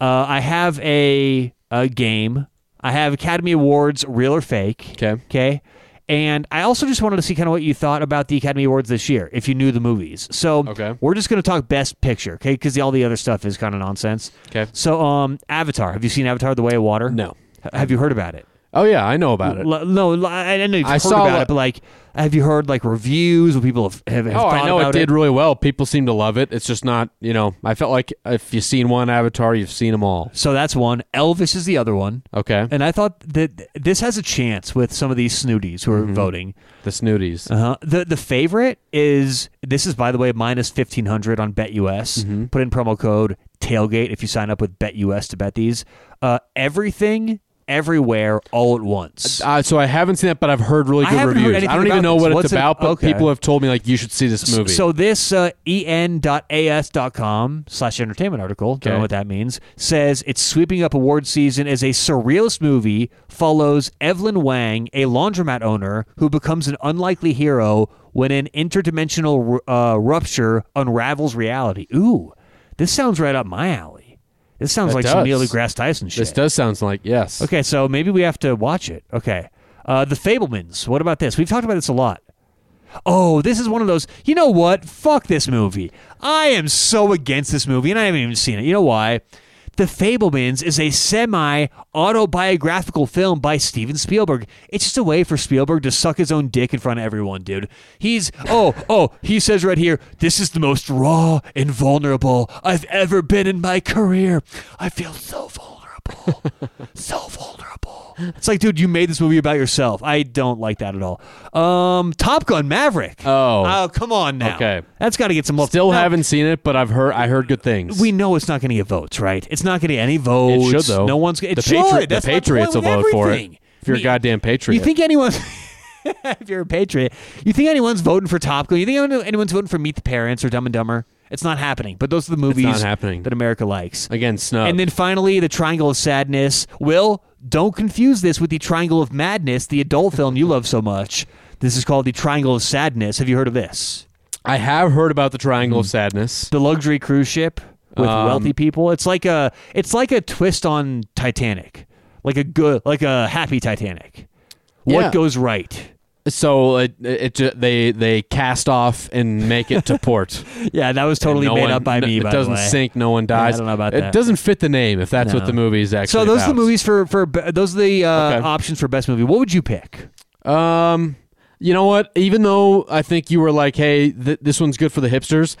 Speaker 1: Uh, I have a a game. I have Academy Awards, real or fake.
Speaker 2: 'Kay.
Speaker 1: Okay. And I also just wanted to see kind of what you thought about the Academy Awards this year, if you knew the movies. So
Speaker 2: Okay.
Speaker 1: we're just going to talk Best Picture, okay? Because all the other stuff is kind of nonsense.
Speaker 2: Okay.
Speaker 1: So, um, Avatar. Have you seen Avatar: The Way of Water?
Speaker 2: No.
Speaker 1: H- Have you heard about it?
Speaker 2: Oh yeah, I know about it.
Speaker 1: L- no, l- I I know you've
Speaker 2: I
Speaker 1: heard
Speaker 2: saw
Speaker 1: about
Speaker 2: a-
Speaker 1: it, but like, have you heard like reviews? What people have, have, have
Speaker 2: Oh,
Speaker 1: thought
Speaker 2: I know it
Speaker 1: about
Speaker 2: did really well. People seem to love it. It's just not, you know, I felt like if you've seen one Avatar, you've seen them all.
Speaker 1: So that's one. Elvis is the other one,
Speaker 2: Okay,
Speaker 1: and I thought that th- this has a chance with some of these snooties who are
Speaker 2: Mm-hmm.
Speaker 1: voting.
Speaker 2: the Snooties.
Speaker 1: Uh-huh. The the favorite is this is by the way minus fifteen hundred on BetUS.
Speaker 2: Mm-hmm.
Speaker 1: Put in promo code tailgate if you sign up with BetUS to bet these. Uh, everything, everywhere, all at once.
Speaker 2: Uh, so I haven't seen it, but I've heard really
Speaker 1: I
Speaker 2: good
Speaker 1: haven't heard
Speaker 2: reviews.
Speaker 1: anything
Speaker 2: I don't
Speaker 1: about
Speaker 2: even know
Speaker 1: this.
Speaker 2: what
Speaker 1: What's
Speaker 2: it's
Speaker 1: it-
Speaker 2: about, but
Speaker 1: okay.
Speaker 2: people have told me like you should see this movie.
Speaker 1: So this uh, en.as.com slash entertainment article, don't know
Speaker 2: Okay.
Speaker 1: what that means, says it's sweeping up award season as a surrealist movie follows Evelyn Wang, a laundromat owner who becomes an unlikely hero when an interdimensional uh, rupture unravels reality. Ooh, this sounds right up my alley. This sounds
Speaker 2: It
Speaker 1: like some
Speaker 2: does.
Speaker 1: Neil deGrasse Tyson shit.
Speaker 2: this does sound like yes.
Speaker 1: Okay, so maybe we have to watch it. Okay. Uh, the Fablemans. What about this? We've talked about this a lot. Oh, this is one of those. You know what? Fuck this movie. I am so against this movie, and I haven't even seen it. You know why? The Fablemans is a semi autobiographical film by Steven Spielberg. It's just a way for Spielberg to suck his own dick in front of everyone, dude. He's, oh, oh, he says right here, this is the most raw and vulnerable I've ever been in my career. I feel so vulnerable. so vulnerable. It's like, dude, you made this movie about yourself. I don't like that at all. Um, Top Gun Maverick.
Speaker 2: Oh.
Speaker 1: Oh, come on now.
Speaker 2: Okay.
Speaker 1: That's got to get some love.
Speaker 2: Still
Speaker 1: Now,
Speaker 2: haven't seen it, but I've heard I heard good things.
Speaker 1: We know it's not going to get votes, right? It's not going to get any votes.
Speaker 2: it should though.
Speaker 1: No one's. It
Speaker 2: the
Speaker 1: should.
Speaker 2: Patri-
Speaker 1: That's
Speaker 2: the
Speaker 1: my point
Speaker 2: Patriots will
Speaker 1: with
Speaker 2: vote for it.
Speaker 1: everything.
Speaker 2: If you're a
Speaker 1: Me-
Speaker 2: goddamn patriot,
Speaker 1: You think anyone's if you're a patriot, you think anyone's voting for Top Gun? You think anyone- anyone's voting for Meet the Parents or Dumb and Dumber? It's not happening. But those are the movies
Speaker 2: happening.
Speaker 1: that America likes.
Speaker 2: again snub?
Speaker 1: And then finally, the Triangle of Sadness. Will, don't confuse this with the Triangle of Madness, the adult film you love so much. This is called the Triangle of Sadness. Have you heard of this?
Speaker 2: I have heard about the Triangle of Sadness.
Speaker 1: The luxury cruise ship with
Speaker 2: Um,
Speaker 1: wealthy people. It's like a it's like a twist on Titanic, like a good like a happy Titanic. What
Speaker 2: Yeah.
Speaker 1: goes right?
Speaker 2: So it, it, ju- they they cast off and make it to port.
Speaker 1: Yeah, that was totally
Speaker 2: no
Speaker 1: made
Speaker 2: one-
Speaker 1: up by
Speaker 2: no-
Speaker 1: me.
Speaker 2: It
Speaker 1: by the
Speaker 2: doesn't
Speaker 1: way.
Speaker 2: sink. No one
Speaker 1: I
Speaker 2: dies.
Speaker 1: don't know about
Speaker 2: it
Speaker 1: that.
Speaker 2: doesn't fit the name. If that's what the movie is actually.
Speaker 1: So those are the
Speaker 2: about.
Speaker 1: movies for for be- those are the uh,
Speaker 2: Okay.
Speaker 1: options for best movie. What would you pick?
Speaker 2: Um, you know what? Even though I think you were like, "Hey, th- this one's good for the hipsters,"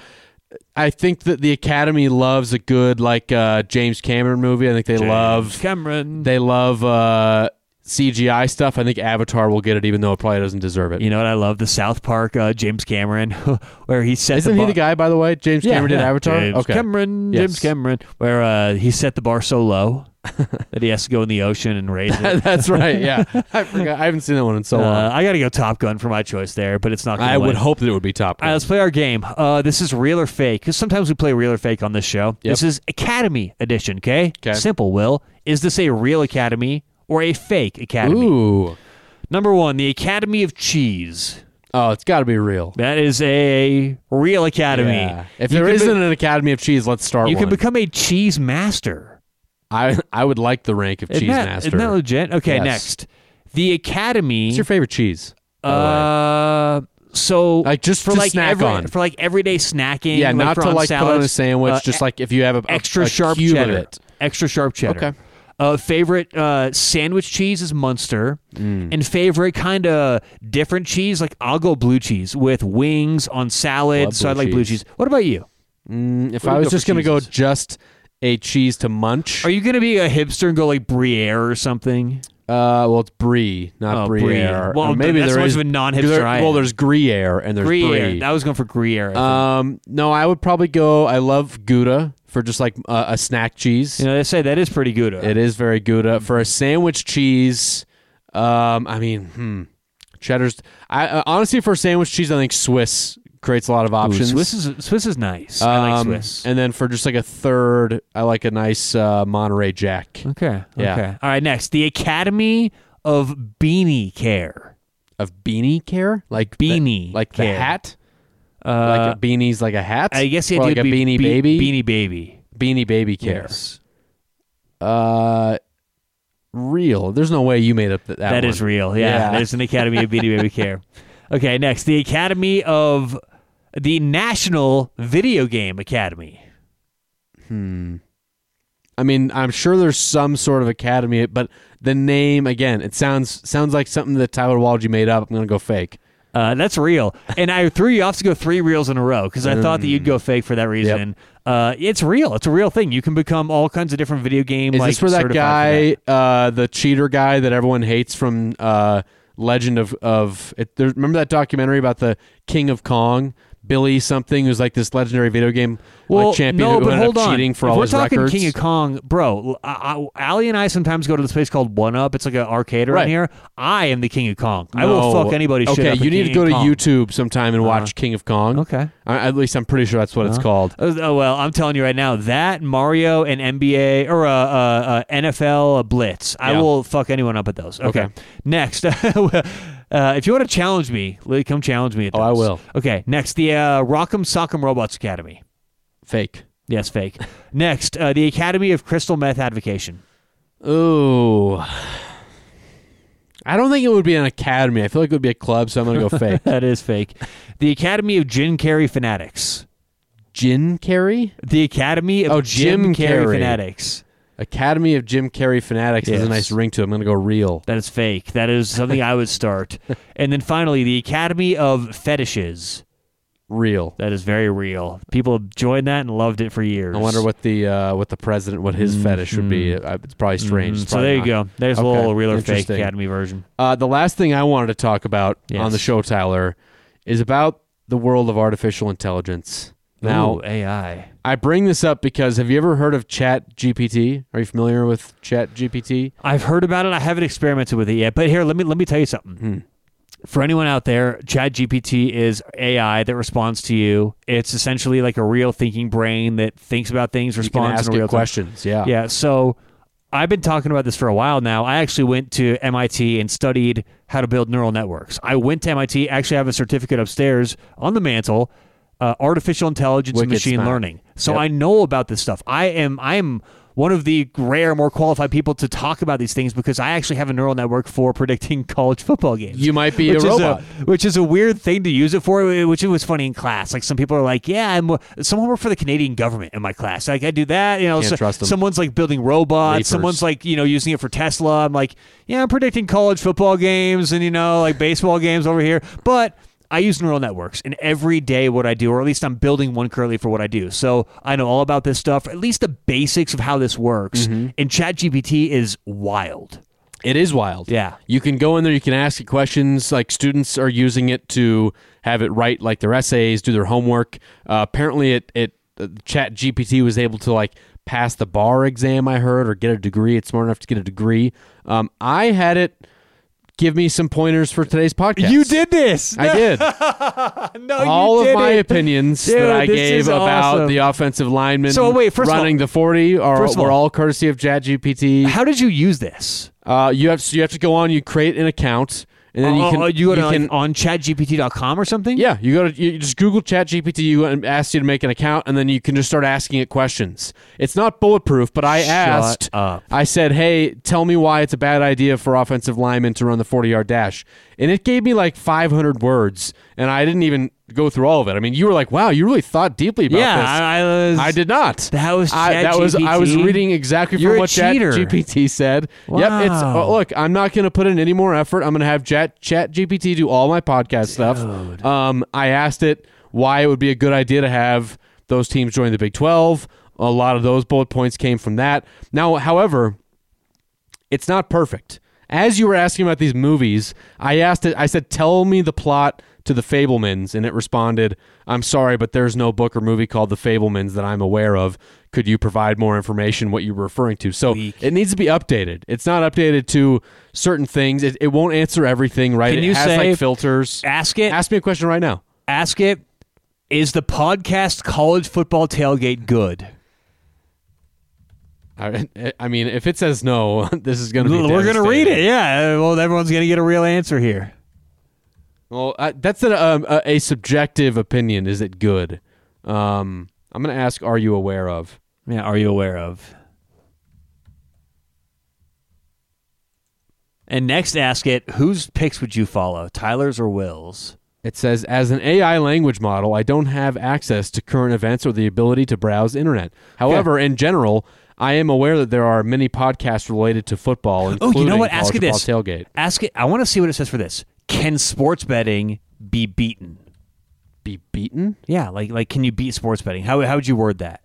Speaker 2: I think that the Academy loves a good like uh, James Cameron movie. I think they love
Speaker 1: Cameron.
Speaker 2: they love uh, CGI stuff. I think Avatar will get it, even though it probably doesn't deserve it.
Speaker 1: You know what I love? The South Park, uh, James Cameron, where he set
Speaker 2: Isn't
Speaker 1: the
Speaker 2: he
Speaker 1: bar.
Speaker 2: the guy, by the way? James
Speaker 1: Yeah,
Speaker 2: Cameron did
Speaker 1: yeah.
Speaker 2: Avatar.
Speaker 1: James
Speaker 2: okay.
Speaker 1: Cameron,
Speaker 2: Yes.
Speaker 1: James Cameron, where uh, he set the bar so low that he has to go in the ocean and raise it.
Speaker 2: That's right. Yeah, I forgot. I haven't seen that one in so long.
Speaker 1: Uh, I got to go Top Gun for my choice there, but it's not. Gonna
Speaker 2: I
Speaker 1: win.
Speaker 2: would hope that it would be top.
Speaker 1: All right,
Speaker 2: Gun.
Speaker 1: let's play our game. Uh, this is real or fake because sometimes we play real or fake on this show.
Speaker 2: Yep.
Speaker 1: This is Academy Edition. Okay.
Speaker 2: 'Kay.
Speaker 1: Simple. Will is this a real Academy or a fake Academy?
Speaker 2: Ooh.
Speaker 1: Number one, the Academy of Cheese.
Speaker 2: Oh, it's got to be real.
Speaker 1: That is a real Academy.
Speaker 2: Yeah. If
Speaker 1: You
Speaker 2: there
Speaker 1: can
Speaker 2: isn't
Speaker 1: be-
Speaker 2: an Academy of Cheese, let's start
Speaker 1: you
Speaker 2: one.
Speaker 1: can become a cheese master.
Speaker 2: I I would like the rank of
Speaker 1: Isn't
Speaker 2: cheese
Speaker 1: that-
Speaker 2: master.
Speaker 1: Isn't that legit? Okay,
Speaker 2: Yes.
Speaker 1: next, the Academy.
Speaker 2: What's your favorite cheese? by the way?
Speaker 1: Uh, so
Speaker 2: Like, just
Speaker 1: for
Speaker 2: to
Speaker 1: like
Speaker 2: snack
Speaker 1: every,
Speaker 2: on.
Speaker 1: for like everyday snacking.
Speaker 2: yeah, not
Speaker 1: for
Speaker 2: to
Speaker 1: on
Speaker 2: like
Speaker 1: salads,
Speaker 2: put on a sandwich.
Speaker 1: uh,
Speaker 2: just like if you have a, a-
Speaker 1: extra
Speaker 2: a
Speaker 1: sharp
Speaker 2: cube
Speaker 1: cheddar.
Speaker 2: of it.
Speaker 1: Extra sharp cheddar.
Speaker 2: Okay.
Speaker 1: Uh, favorite uh, sandwich cheese is Munster,
Speaker 2: Mm.
Speaker 1: and favorite kind of different cheese like I'll go blue cheese with wings on salad.
Speaker 2: Love
Speaker 1: So I
Speaker 2: blue
Speaker 1: like blue
Speaker 2: cheese.
Speaker 1: cheese. What about you?
Speaker 2: Mm, if
Speaker 1: do
Speaker 2: I
Speaker 1: you
Speaker 2: was
Speaker 1: go for
Speaker 2: just gonna go
Speaker 1: cheeses?
Speaker 2: just a cheese to munch.
Speaker 1: Are you gonna be a hipster and go like Briere or something?
Speaker 2: uh, well, it's brie, not
Speaker 1: Oh,
Speaker 2: brie.
Speaker 1: Brie.
Speaker 2: Gruyere.
Speaker 1: Well,
Speaker 2: Or maybe
Speaker 1: that's
Speaker 2: there
Speaker 1: much
Speaker 2: is-
Speaker 1: of a non-hipster
Speaker 2: there-
Speaker 1: I
Speaker 2: well,
Speaker 1: am.
Speaker 2: there's Gruyere and there's
Speaker 1: Gruyere.
Speaker 2: brie.
Speaker 1: I was going for Gruyere. I think.
Speaker 2: Um, no, I would probably go. I love Gouda for just like uh, a snack cheese.
Speaker 1: you know, they say that is pretty good. uh,
Speaker 2: It is very Gouda for a sandwich cheese. Um, I mean, hmm, cheddar's. I uh, honestly for a sandwich cheese, I think Swiss creates a lot of
Speaker 1: Ooh,
Speaker 2: options.
Speaker 1: Swiss is Swiss is nice. I like
Speaker 2: Um,
Speaker 1: Swiss.
Speaker 2: And then for just like a third, I like a nice uh, Monterey Jack
Speaker 1: Okay.
Speaker 2: Yeah.
Speaker 1: Okay. All right. Next, the Academy of Beanie Care.
Speaker 2: of beanie care, like the-
Speaker 1: Beanie
Speaker 2: like the
Speaker 1: care.
Speaker 2: hat.
Speaker 1: Uh,
Speaker 2: like a beanie's like a hat.
Speaker 1: I guess the
Speaker 2: Or
Speaker 1: idea
Speaker 2: like a
Speaker 1: would be
Speaker 2: beanie
Speaker 1: be-
Speaker 2: baby.
Speaker 1: Beanie baby.
Speaker 2: beanie baby care.
Speaker 1: Yes.
Speaker 2: Uh, real. There's no way you made up that. That,
Speaker 1: That
Speaker 2: one.
Speaker 1: is real. Yeah,
Speaker 2: Yeah.
Speaker 1: There's an Academy of Beanie Baby Care. Okay. Next, the Academy of the National Video Game Academy.
Speaker 2: I mean, I'm sure there's some sort of academy, but the name again, it sounds sounds like something that Tyler Walgie made up. I'm gonna go fake.
Speaker 1: Uh, that's real. And I threw you off to go three reels in a row because I thought that you'd
Speaker 2: Mm.
Speaker 1: go fake for that reason. Uh, it's real. It's a real thing. You can become all kinds of different video game.
Speaker 2: Is
Speaker 1: like,
Speaker 2: this where that
Speaker 1: certified for
Speaker 2: guy, Uh, the cheater guy that everyone hates from uh, Legend of of it, there, remember that documentary about the King of Kong, Billy something, who's like this legendary video game like, champion
Speaker 1: no,
Speaker 2: who
Speaker 1: but
Speaker 2: ended
Speaker 1: hold
Speaker 2: up
Speaker 1: on.
Speaker 2: cheating for
Speaker 1: if
Speaker 2: all
Speaker 1: we're
Speaker 2: his
Speaker 1: talking
Speaker 2: records.
Speaker 1: King of Kong, bro. I, I, Allie and I sometimes go to this place called One Up. It's like an arcade around
Speaker 2: Right.
Speaker 1: here. I am the King of Kong. I will
Speaker 2: No.
Speaker 1: fuck anybody's shit.
Speaker 2: Okay,
Speaker 1: up at
Speaker 2: you need to
Speaker 1: King
Speaker 2: go
Speaker 1: of
Speaker 2: to
Speaker 1: Kong. Uh-huh.
Speaker 2: YouTube sometime and watch King of Kong.
Speaker 1: Okay.
Speaker 2: I, at least I'm pretty sure that's what it's called.
Speaker 1: Oh, oh, well, I'm telling you right now that Mario and NBA or uh, uh, uh, NFL Blitz, I
Speaker 2: Yeah.
Speaker 1: will fuck anyone up at those. Okay.
Speaker 2: Okay.
Speaker 1: Next, uh, if you want to challenge me, li- come challenge me. At
Speaker 2: Oh, I
Speaker 1: those.
Speaker 2: will.
Speaker 1: Okay. Next, the uh, Rock'em Sock'em Robots Academy.
Speaker 2: Fake.
Speaker 1: Yes, fake. Next, uh, the Academy of Crystal Meth Advocation.
Speaker 2: Ooh. I don't think it would be an academy. I feel like it would be a club, so I'm gonna go fake.
Speaker 1: That is fake. The Academy of Jim Carrey Fanatics.
Speaker 2: Jim Carrey?
Speaker 1: The Academy of
Speaker 2: Oh, Jim
Speaker 1: Carrey,
Speaker 2: Carrey.
Speaker 1: Fanatics.
Speaker 2: Academy of Jim Carrey Fanatics has
Speaker 1: Yes.
Speaker 2: a nice ring to it. I'm gonna go real.
Speaker 1: That is fake. That is something I would start. And then finally, the Academy of Fetishes.
Speaker 2: Real.
Speaker 1: That is very real. People have joined that and loved it for years.
Speaker 2: I wonder what the uh, what the president what his fetish would be. Uh, It's probably strange. It's
Speaker 1: Mm-hmm. So
Speaker 2: probably
Speaker 1: there you
Speaker 2: not.
Speaker 1: go. There's a
Speaker 2: Okay.
Speaker 1: little real or fake
Speaker 2: Interesting.
Speaker 1: Academy version.
Speaker 2: Uh, the last thing I wanted to talk about
Speaker 1: Yes.
Speaker 2: on the show, Tyler, is about the world of artificial intelligence. Now,
Speaker 1: Ooh, AI.
Speaker 2: I bring this up because have you ever heard of Chat GPT? Are you familiar with Chat GPT?
Speaker 1: I've heard about it. I haven't experimented with it yet. But here, let me let me tell you something.
Speaker 2: Hmm.
Speaker 1: For anyone out there, ChatGPT is AI that responds to you. It's essentially like a real thinking brain that thinks about things,
Speaker 2: You can
Speaker 1: responds
Speaker 2: ask
Speaker 1: in a real
Speaker 2: it
Speaker 1: time.
Speaker 2: questions. Yeah.
Speaker 1: Yeah. So I've been talking about this for a while now. I actually went to MIT and studied how to build neural networks. I went to MIT. Actually, I have a certificate upstairs on the mantle, uh, artificial intelligence and
Speaker 2: Wicked
Speaker 1: machine
Speaker 2: smart.
Speaker 1: learning. So
Speaker 2: Yep.
Speaker 1: I know about this stuff. I am. I am one of the rare, more qualified people to talk about these things because I actually have a neural network for predicting college football games.
Speaker 2: You might be
Speaker 1: Which
Speaker 2: a
Speaker 1: is
Speaker 2: robot.
Speaker 1: which is a weird thing to use it for. Which it was funny in class. Like some people are like, "Yeah, I'm someone worked for the Canadian government in my class. Like I do that. You know,
Speaker 2: Can't
Speaker 1: so-
Speaker 2: trust 'em.
Speaker 1: someone's like building robots.
Speaker 2: Reapers.
Speaker 1: Someone's like you know using it for Tesla. I'm like, yeah, I'm predicting college football games and you know like baseball games over here, but. I use neural networks in every day what I do, or at least I'm building one currently for what I do. So I know all about this stuff, at least the basics of how this works.
Speaker 2: Mm-hmm.
Speaker 1: And ChatGPT is wild.
Speaker 2: It is wild.
Speaker 1: Yeah.
Speaker 2: You can go in there, you can ask it questions. Like students are using it to have it write like their essays, do their homework. Uh, apparently, it, it uh, Chat GPT was able to like pass the bar exam, I heard, or get a degree. It's smart enough to get a degree. Um, I had it give me some pointers for today's podcast.
Speaker 1: did this.
Speaker 2: I did.
Speaker 1: no,
Speaker 2: all
Speaker 1: you
Speaker 2: of
Speaker 1: did
Speaker 2: my
Speaker 1: it.
Speaker 2: opinions
Speaker 1: Dude,
Speaker 2: that I
Speaker 1: this
Speaker 2: gave
Speaker 1: is
Speaker 2: about
Speaker 1: awesome.
Speaker 2: the offensive lineman
Speaker 1: So, wait, first of all-
Speaker 2: running the 40 are,
Speaker 1: first of
Speaker 2: were
Speaker 1: all-
Speaker 2: all courtesy of ChatGPT.
Speaker 1: How did you use this?
Speaker 2: Uh, you have so you have to go on, you create an account, and then you
Speaker 1: Oh,
Speaker 2: can
Speaker 1: oh, you go to like,
Speaker 2: can
Speaker 1: on chatgpt.com or something?
Speaker 2: yeah, you go to you you just Google ChatGPT you and ask you to make an account, and then you can just start asking it questions. It's not bulletproof, but I
Speaker 1: Shut
Speaker 2: asked.
Speaker 1: up.
Speaker 2: I said, "Hey, tell me why it's a bad idea for offensive linemen to run the forty-yard dash," and it gave me like five hundred words, and I didn't even go through all of it. I mean, you were like, "Wow, you really thought deeply about
Speaker 1: Yeah,
Speaker 2: this."
Speaker 1: I, I was.
Speaker 2: I did not.
Speaker 1: That was
Speaker 2: I, that was I was
Speaker 1: ChatGPT?
Speaker 2: reading exactly
Speaker 1: You're
Speaker 2: from
Speaker 1: a
Speaker 2: what
Speaker 1: cheater.
Speaker 2: GPT said. Yep, it's
Speaker 1: Wow.
Speaker 2: oh, look. I'm not going to put in any more effort. I'm going to have Chat Chat GPT do all my podcast stuff. Um, I asked it why it would be a good idea to have those teams join the Big Twelve. A lot of those bullet points came from that. Now, however, it's not perfect. As you were asking about these movies, I asked it. I said, "Tell me the plot to The Fablemans," and it responded, "I'm sorry, but there's no book or movie called The Fablemans that I'm aware of. Could you provide more information what you were referring to?" So it needs to be updated. It's not updated to certain things. It, it won't answer everything right.
Speaker 1: Can
Speaker 2: it
Speaker 1: you
Speaker 2: has
Speaker 1: say-
Speaker 2: like filters.
Speaker 1: Ask it. Ask,
Speaker 2: Ask me a question right now.
Speaker 1: it. Is the podcast college football tailgate good?
Speaker 2: I, I mean, if it says no, this is going to be.
Speaker 1: We're gonna read
Speaker 2: devastating.
Speaker 1: it. Yeah. Well, everyone's gonna get a real answer here.
Speaker 2: Well, uh, that's an, um, a, a subjective opinion. Is it good? Um, I'm going to ask, are you aware of?
Speaker 1: Yeah. Are you aware of? And next, ask it. Whose picks would you follow, Tyler's or Will's?
Speaker 2: It says, as an AI language model, I don't have access to current events or the ability to browse internet. However, in general, I am aware that there are many podcasts related to football.
Speaker 1: Oh, you know
Speaker 2: including
Speaker 1: what? Ask it
Speaker 2: College
Speaker 1: this.
Speaker 2: Football Tailgate.
Speaker 1: Ask it. I want to see what it says for this. Can sports betting be beaten?
Speaker 2: Be beaten?
Speaker 1: Yeah, like like can you beat sports betting? How how would you word that?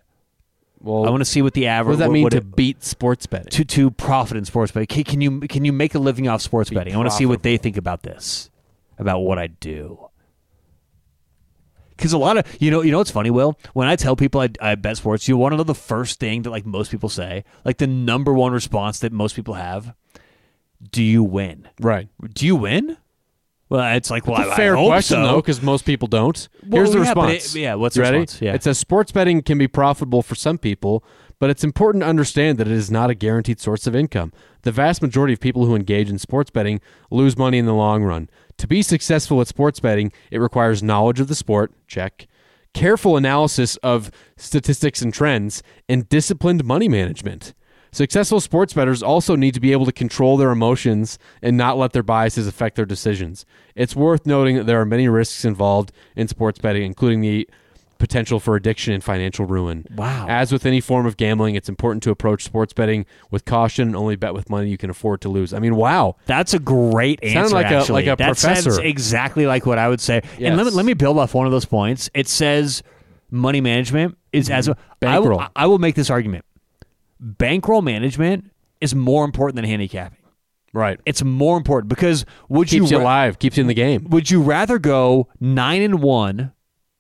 Speaker 2: Well,
Speaker 1: I want to see what the
Speaker 2: what
Speaker 1: average
Speaker 2: does that mean
Speaker 1: what
Speaker 2: to
Speaker 1: it-
Speaker 2: beat sports betting?
Speaker 1: to to profit in sports betting. Can, can you can you make a living off sports betting? I want to see what they think about this, about what I do. Because a lot of you know you know what's funny, Will. When I tell people I, I bet sports, you want to know the first thing that like most people say, like the number one response that most people have. Do you win?
Speaker 2: right.
Speaker 1: Do you win? Well, it's like well, I, I
Speaker 2: Fair
Speaker 1: hope
Speaker 2: question
Speaker 1: so.
Speaker 2: though, because most people don't.
Speaker 1: Well,
Speaker 2: Here's the
Speaker 1: yeah, but it-
Speaker 2: response.
Speaker 1: yeah, what's
Speaker 2: You
Speaker 1: the
Speaker 2: ready?
Speaker 1: response? Yeah.
Speaker 2: It says sports betting can be profitable for some people, but it's important to understand that it is not a guaranteed source of income. The vast majority of people who engage in sports betting lose money in the long run. To be successful at sports betting, it requires knowledge of the sport. Check. Careful analysis of statistics and trends, and disciplined money management. Successful sports bettors also need to be able to control their emotions and not let their biases affect their decisions. It's worth noting that there are many risks involved in sports betting, including the potential for addiction and financial ruin.
Speaker 1: Wow.
Speaker 2: As with any form of gambling, it's important to approach sports betting with caution and only bet with money you can afford to lose. I mean, wow.
Speaker 1: That's a great answer.
Speaker 2: like a-
Speaker 1: actually.
Speaker 2: like a
Speaker 1: that sounds
Speaker 2: professor.
Speaker 1: exactly like what I would say. And let me
Speaker 2: Yes.
Speaker 1: let me build off one of those points. It says money management is as a I will,
Speaker 2: Mm-hmm. Bankroll.
Speaker 1: I will make this argument. Bankroll management is more important than handicapping.
Speaker 2: Right.
Speaker 1: It's more important because would
Speaker 2: Keeps you
Speaker 1: ra-
Speaker 2: alive, keeps you in the game.
Speaker 1: would you rather go nine and one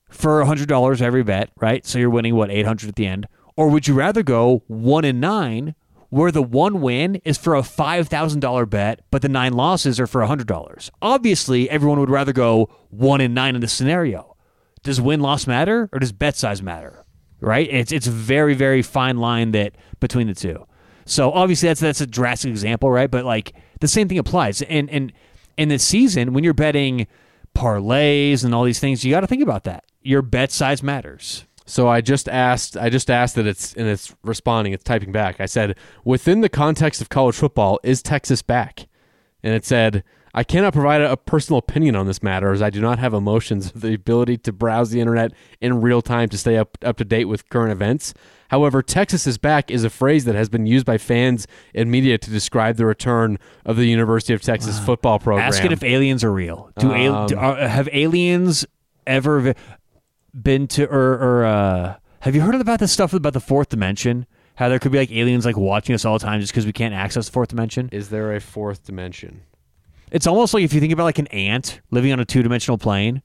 Speaker 1: for hundred dollars every bet, right? So you're winning what eight hundred at the end, or would you rather go one and nine, where the one win is for a five thousand dollar bet, but the nine losses are for hundred dollars? Obviously, everyone would rather go one and nine in this scenario. Does win loss matter, or does bet size matter? Right? It's it's a very very fine line that between the two. So obviously that's that's a drastic example, right? But like the same thing applies. And and in the season when you're betting parlays and all these things, you got to think about that. Your bet size matters.
Speaker 2: So I just asked. I just asked that it's and it's responding. It's typing back. I said, within the context of college football, is Texas back? And it said, I cannot provide a personal opinion on this matter as I do not have emotions, the ability to browse the internet in real time to stay up up to date with current events. However, Texas is back is a phrase that has been used by fans and media to describe the return of the University of Texas football program.
Speaker 1: Ask it if aliens are real. Do, al- do are, have aliens ever v- been to or, or uh, have you heard about this stuff about the fourth dimension? How there could be like aliens like watching us all the time just because we can't access the fourth dimension.
Speaker 2: is there a fourth dimension?
Speaker 1: It's almost like if you think about like an ant living on a two dimensional plane.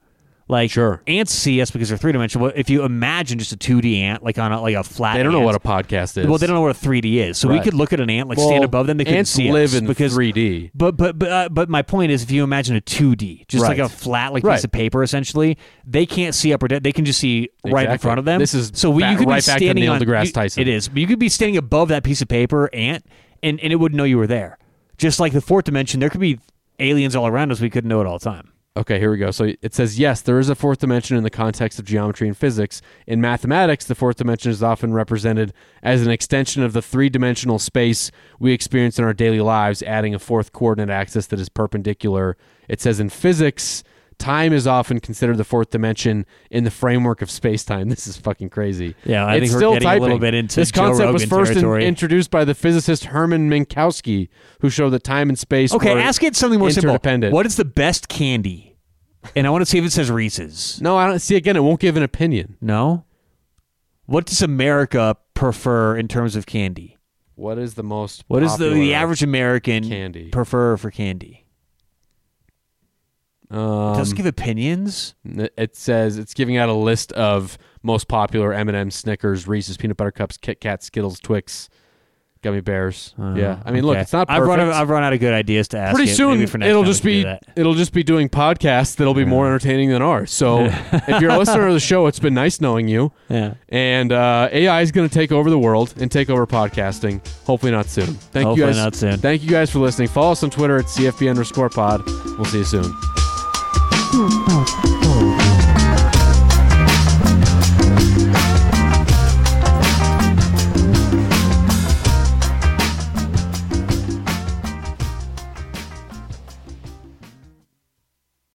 Speaker 1: Like
Speaker 2: Sure.
Speaker 1: ants see us because they're three dimensional. If you imagine just a two D ant like on a, like a flat,
Speaker 2: They don't
Speaker 1: ant-
Speaker 2: know what a podcast is.
Speaker 1: Well, they don't know what a 3D is, so we
Speaker 2: Right.
Speaker 1: could look at an ant, like stand
Speaker 2: Well,
Speaker 1: above them. They couldn't
Speaker 2: ants
Speaker 1: see
Speaker 2: live
Speaker 1: us
Speaker 2: in
Speaker 1: because
Speaker 2: 3D.
Speaker 1: But but but uh, but my point is, if you imagine a 2D, just like a
Speaker 2: Right.
Speaker 1: flat like piece
Speaker 2: Right.
Speaker 1: of paper, essentially, they can't see up or down. They can just see right in
Speaker 2: Exactly.
Speaker 1: front of them.
Speaker 2: This is
Speaker 1: so we,
Speaker 2: ba-
Speaker 1: you could
Speaker 2: right
Speaker 1: be
Speaker 2: back to
Speaker 1: standing
Speaker 2: Neil
Speaker 1: on
Speaker 2: deGrasse
Speaker 1: you-
Speaker 2: Tyson.
Speaker 1: It is. But You could be standing above that piece of paper ant, and and it wouldn't know you were there. Just like the fourth dimension, there could be aliens all around us. We couldn't know it all the time.
Speaker 2: Okay, here we go. So it says, yes, there is a fourth dimension in the context of geometry and physics. In mathematics, the fourth dimension is often represented as an extension of the three dimensional space we experience in our daily lives, adding a fourth coordinate axis that is perpendicular. It says, in physics, time is often considered the fourth dimension in the framework of space time. This is fucking crazy.
Speaker 1: Yeah, I
Speaker 2: It's
Speaker 1: think we're
Speaker 2: still
Speaker 1: getting a little
Speaker 2: typing.
Speaker 1: bit into
Speaker 2: This
Speaker 1: Joe
Speaker 2: concept was
Speaker 1: Rogan
Speaker 2: first in-
Speaker 1: territory.
Speaker 2: introduced by the physicist Herman Minkowski, who showed that time and space
Speaker 1: Okay,
Speaker 2: were
Speaker 1: ask it something more simple.
Speaker 2: interdependent.
Speaker 1: What is the best candy? And I want to see if it says Reese's.
Speaker 2: No, I don't see again. It won't give an opinion.
Speaker 1: No. What does America prefer in terms of candy?
Speaker 2: What is the most?
Speaker 1: What does the, the
Speaker 2: popular?
Speaker 1: average American
Speaker 2: candy.
Speaker 1: prefer for candy?
Speaker 2: Um,
Speaker 1: Does it give opinions?
Speaker 2: it says it's giving out a list of most popular M and M's, Snickers, Reese's, peanut butter cups, Kit Kat, Skittles, Twix, gummy bears. yeah, I mean, look,
Speaker 1: Uh, Okay.
Speaker 2: it's not perfect.
Speaker 1: I've run, out, I've run out of good ideas to ask.
Speaker 2: Pretty
Speaker 1: it.
Speaker 2: soon
Speaker 1: Maybe for next
Speaker 2: it'll
Speaker 1: time we
Speaker 2: just
Speaker 1: can do
Speaker 2: be
Speaker 1: that.
Speaker 2: it'll just be doing podcasts that'll be more entertaining than ours. So if you're a listener of the show, it's been nice knowing you.
Speaker 1: Yeah.
Speaker 2: And uh, AI is going to take over the world and take over podcasting. Hopefully not soon. Thank
Speaker 1: Hopefully
Speaker 2: you guys.
Speaker 1: not soon.
Speaker 2: Thank you guys for listening. Follow us on Twitter at CFB underscore pod. We'll see you soon.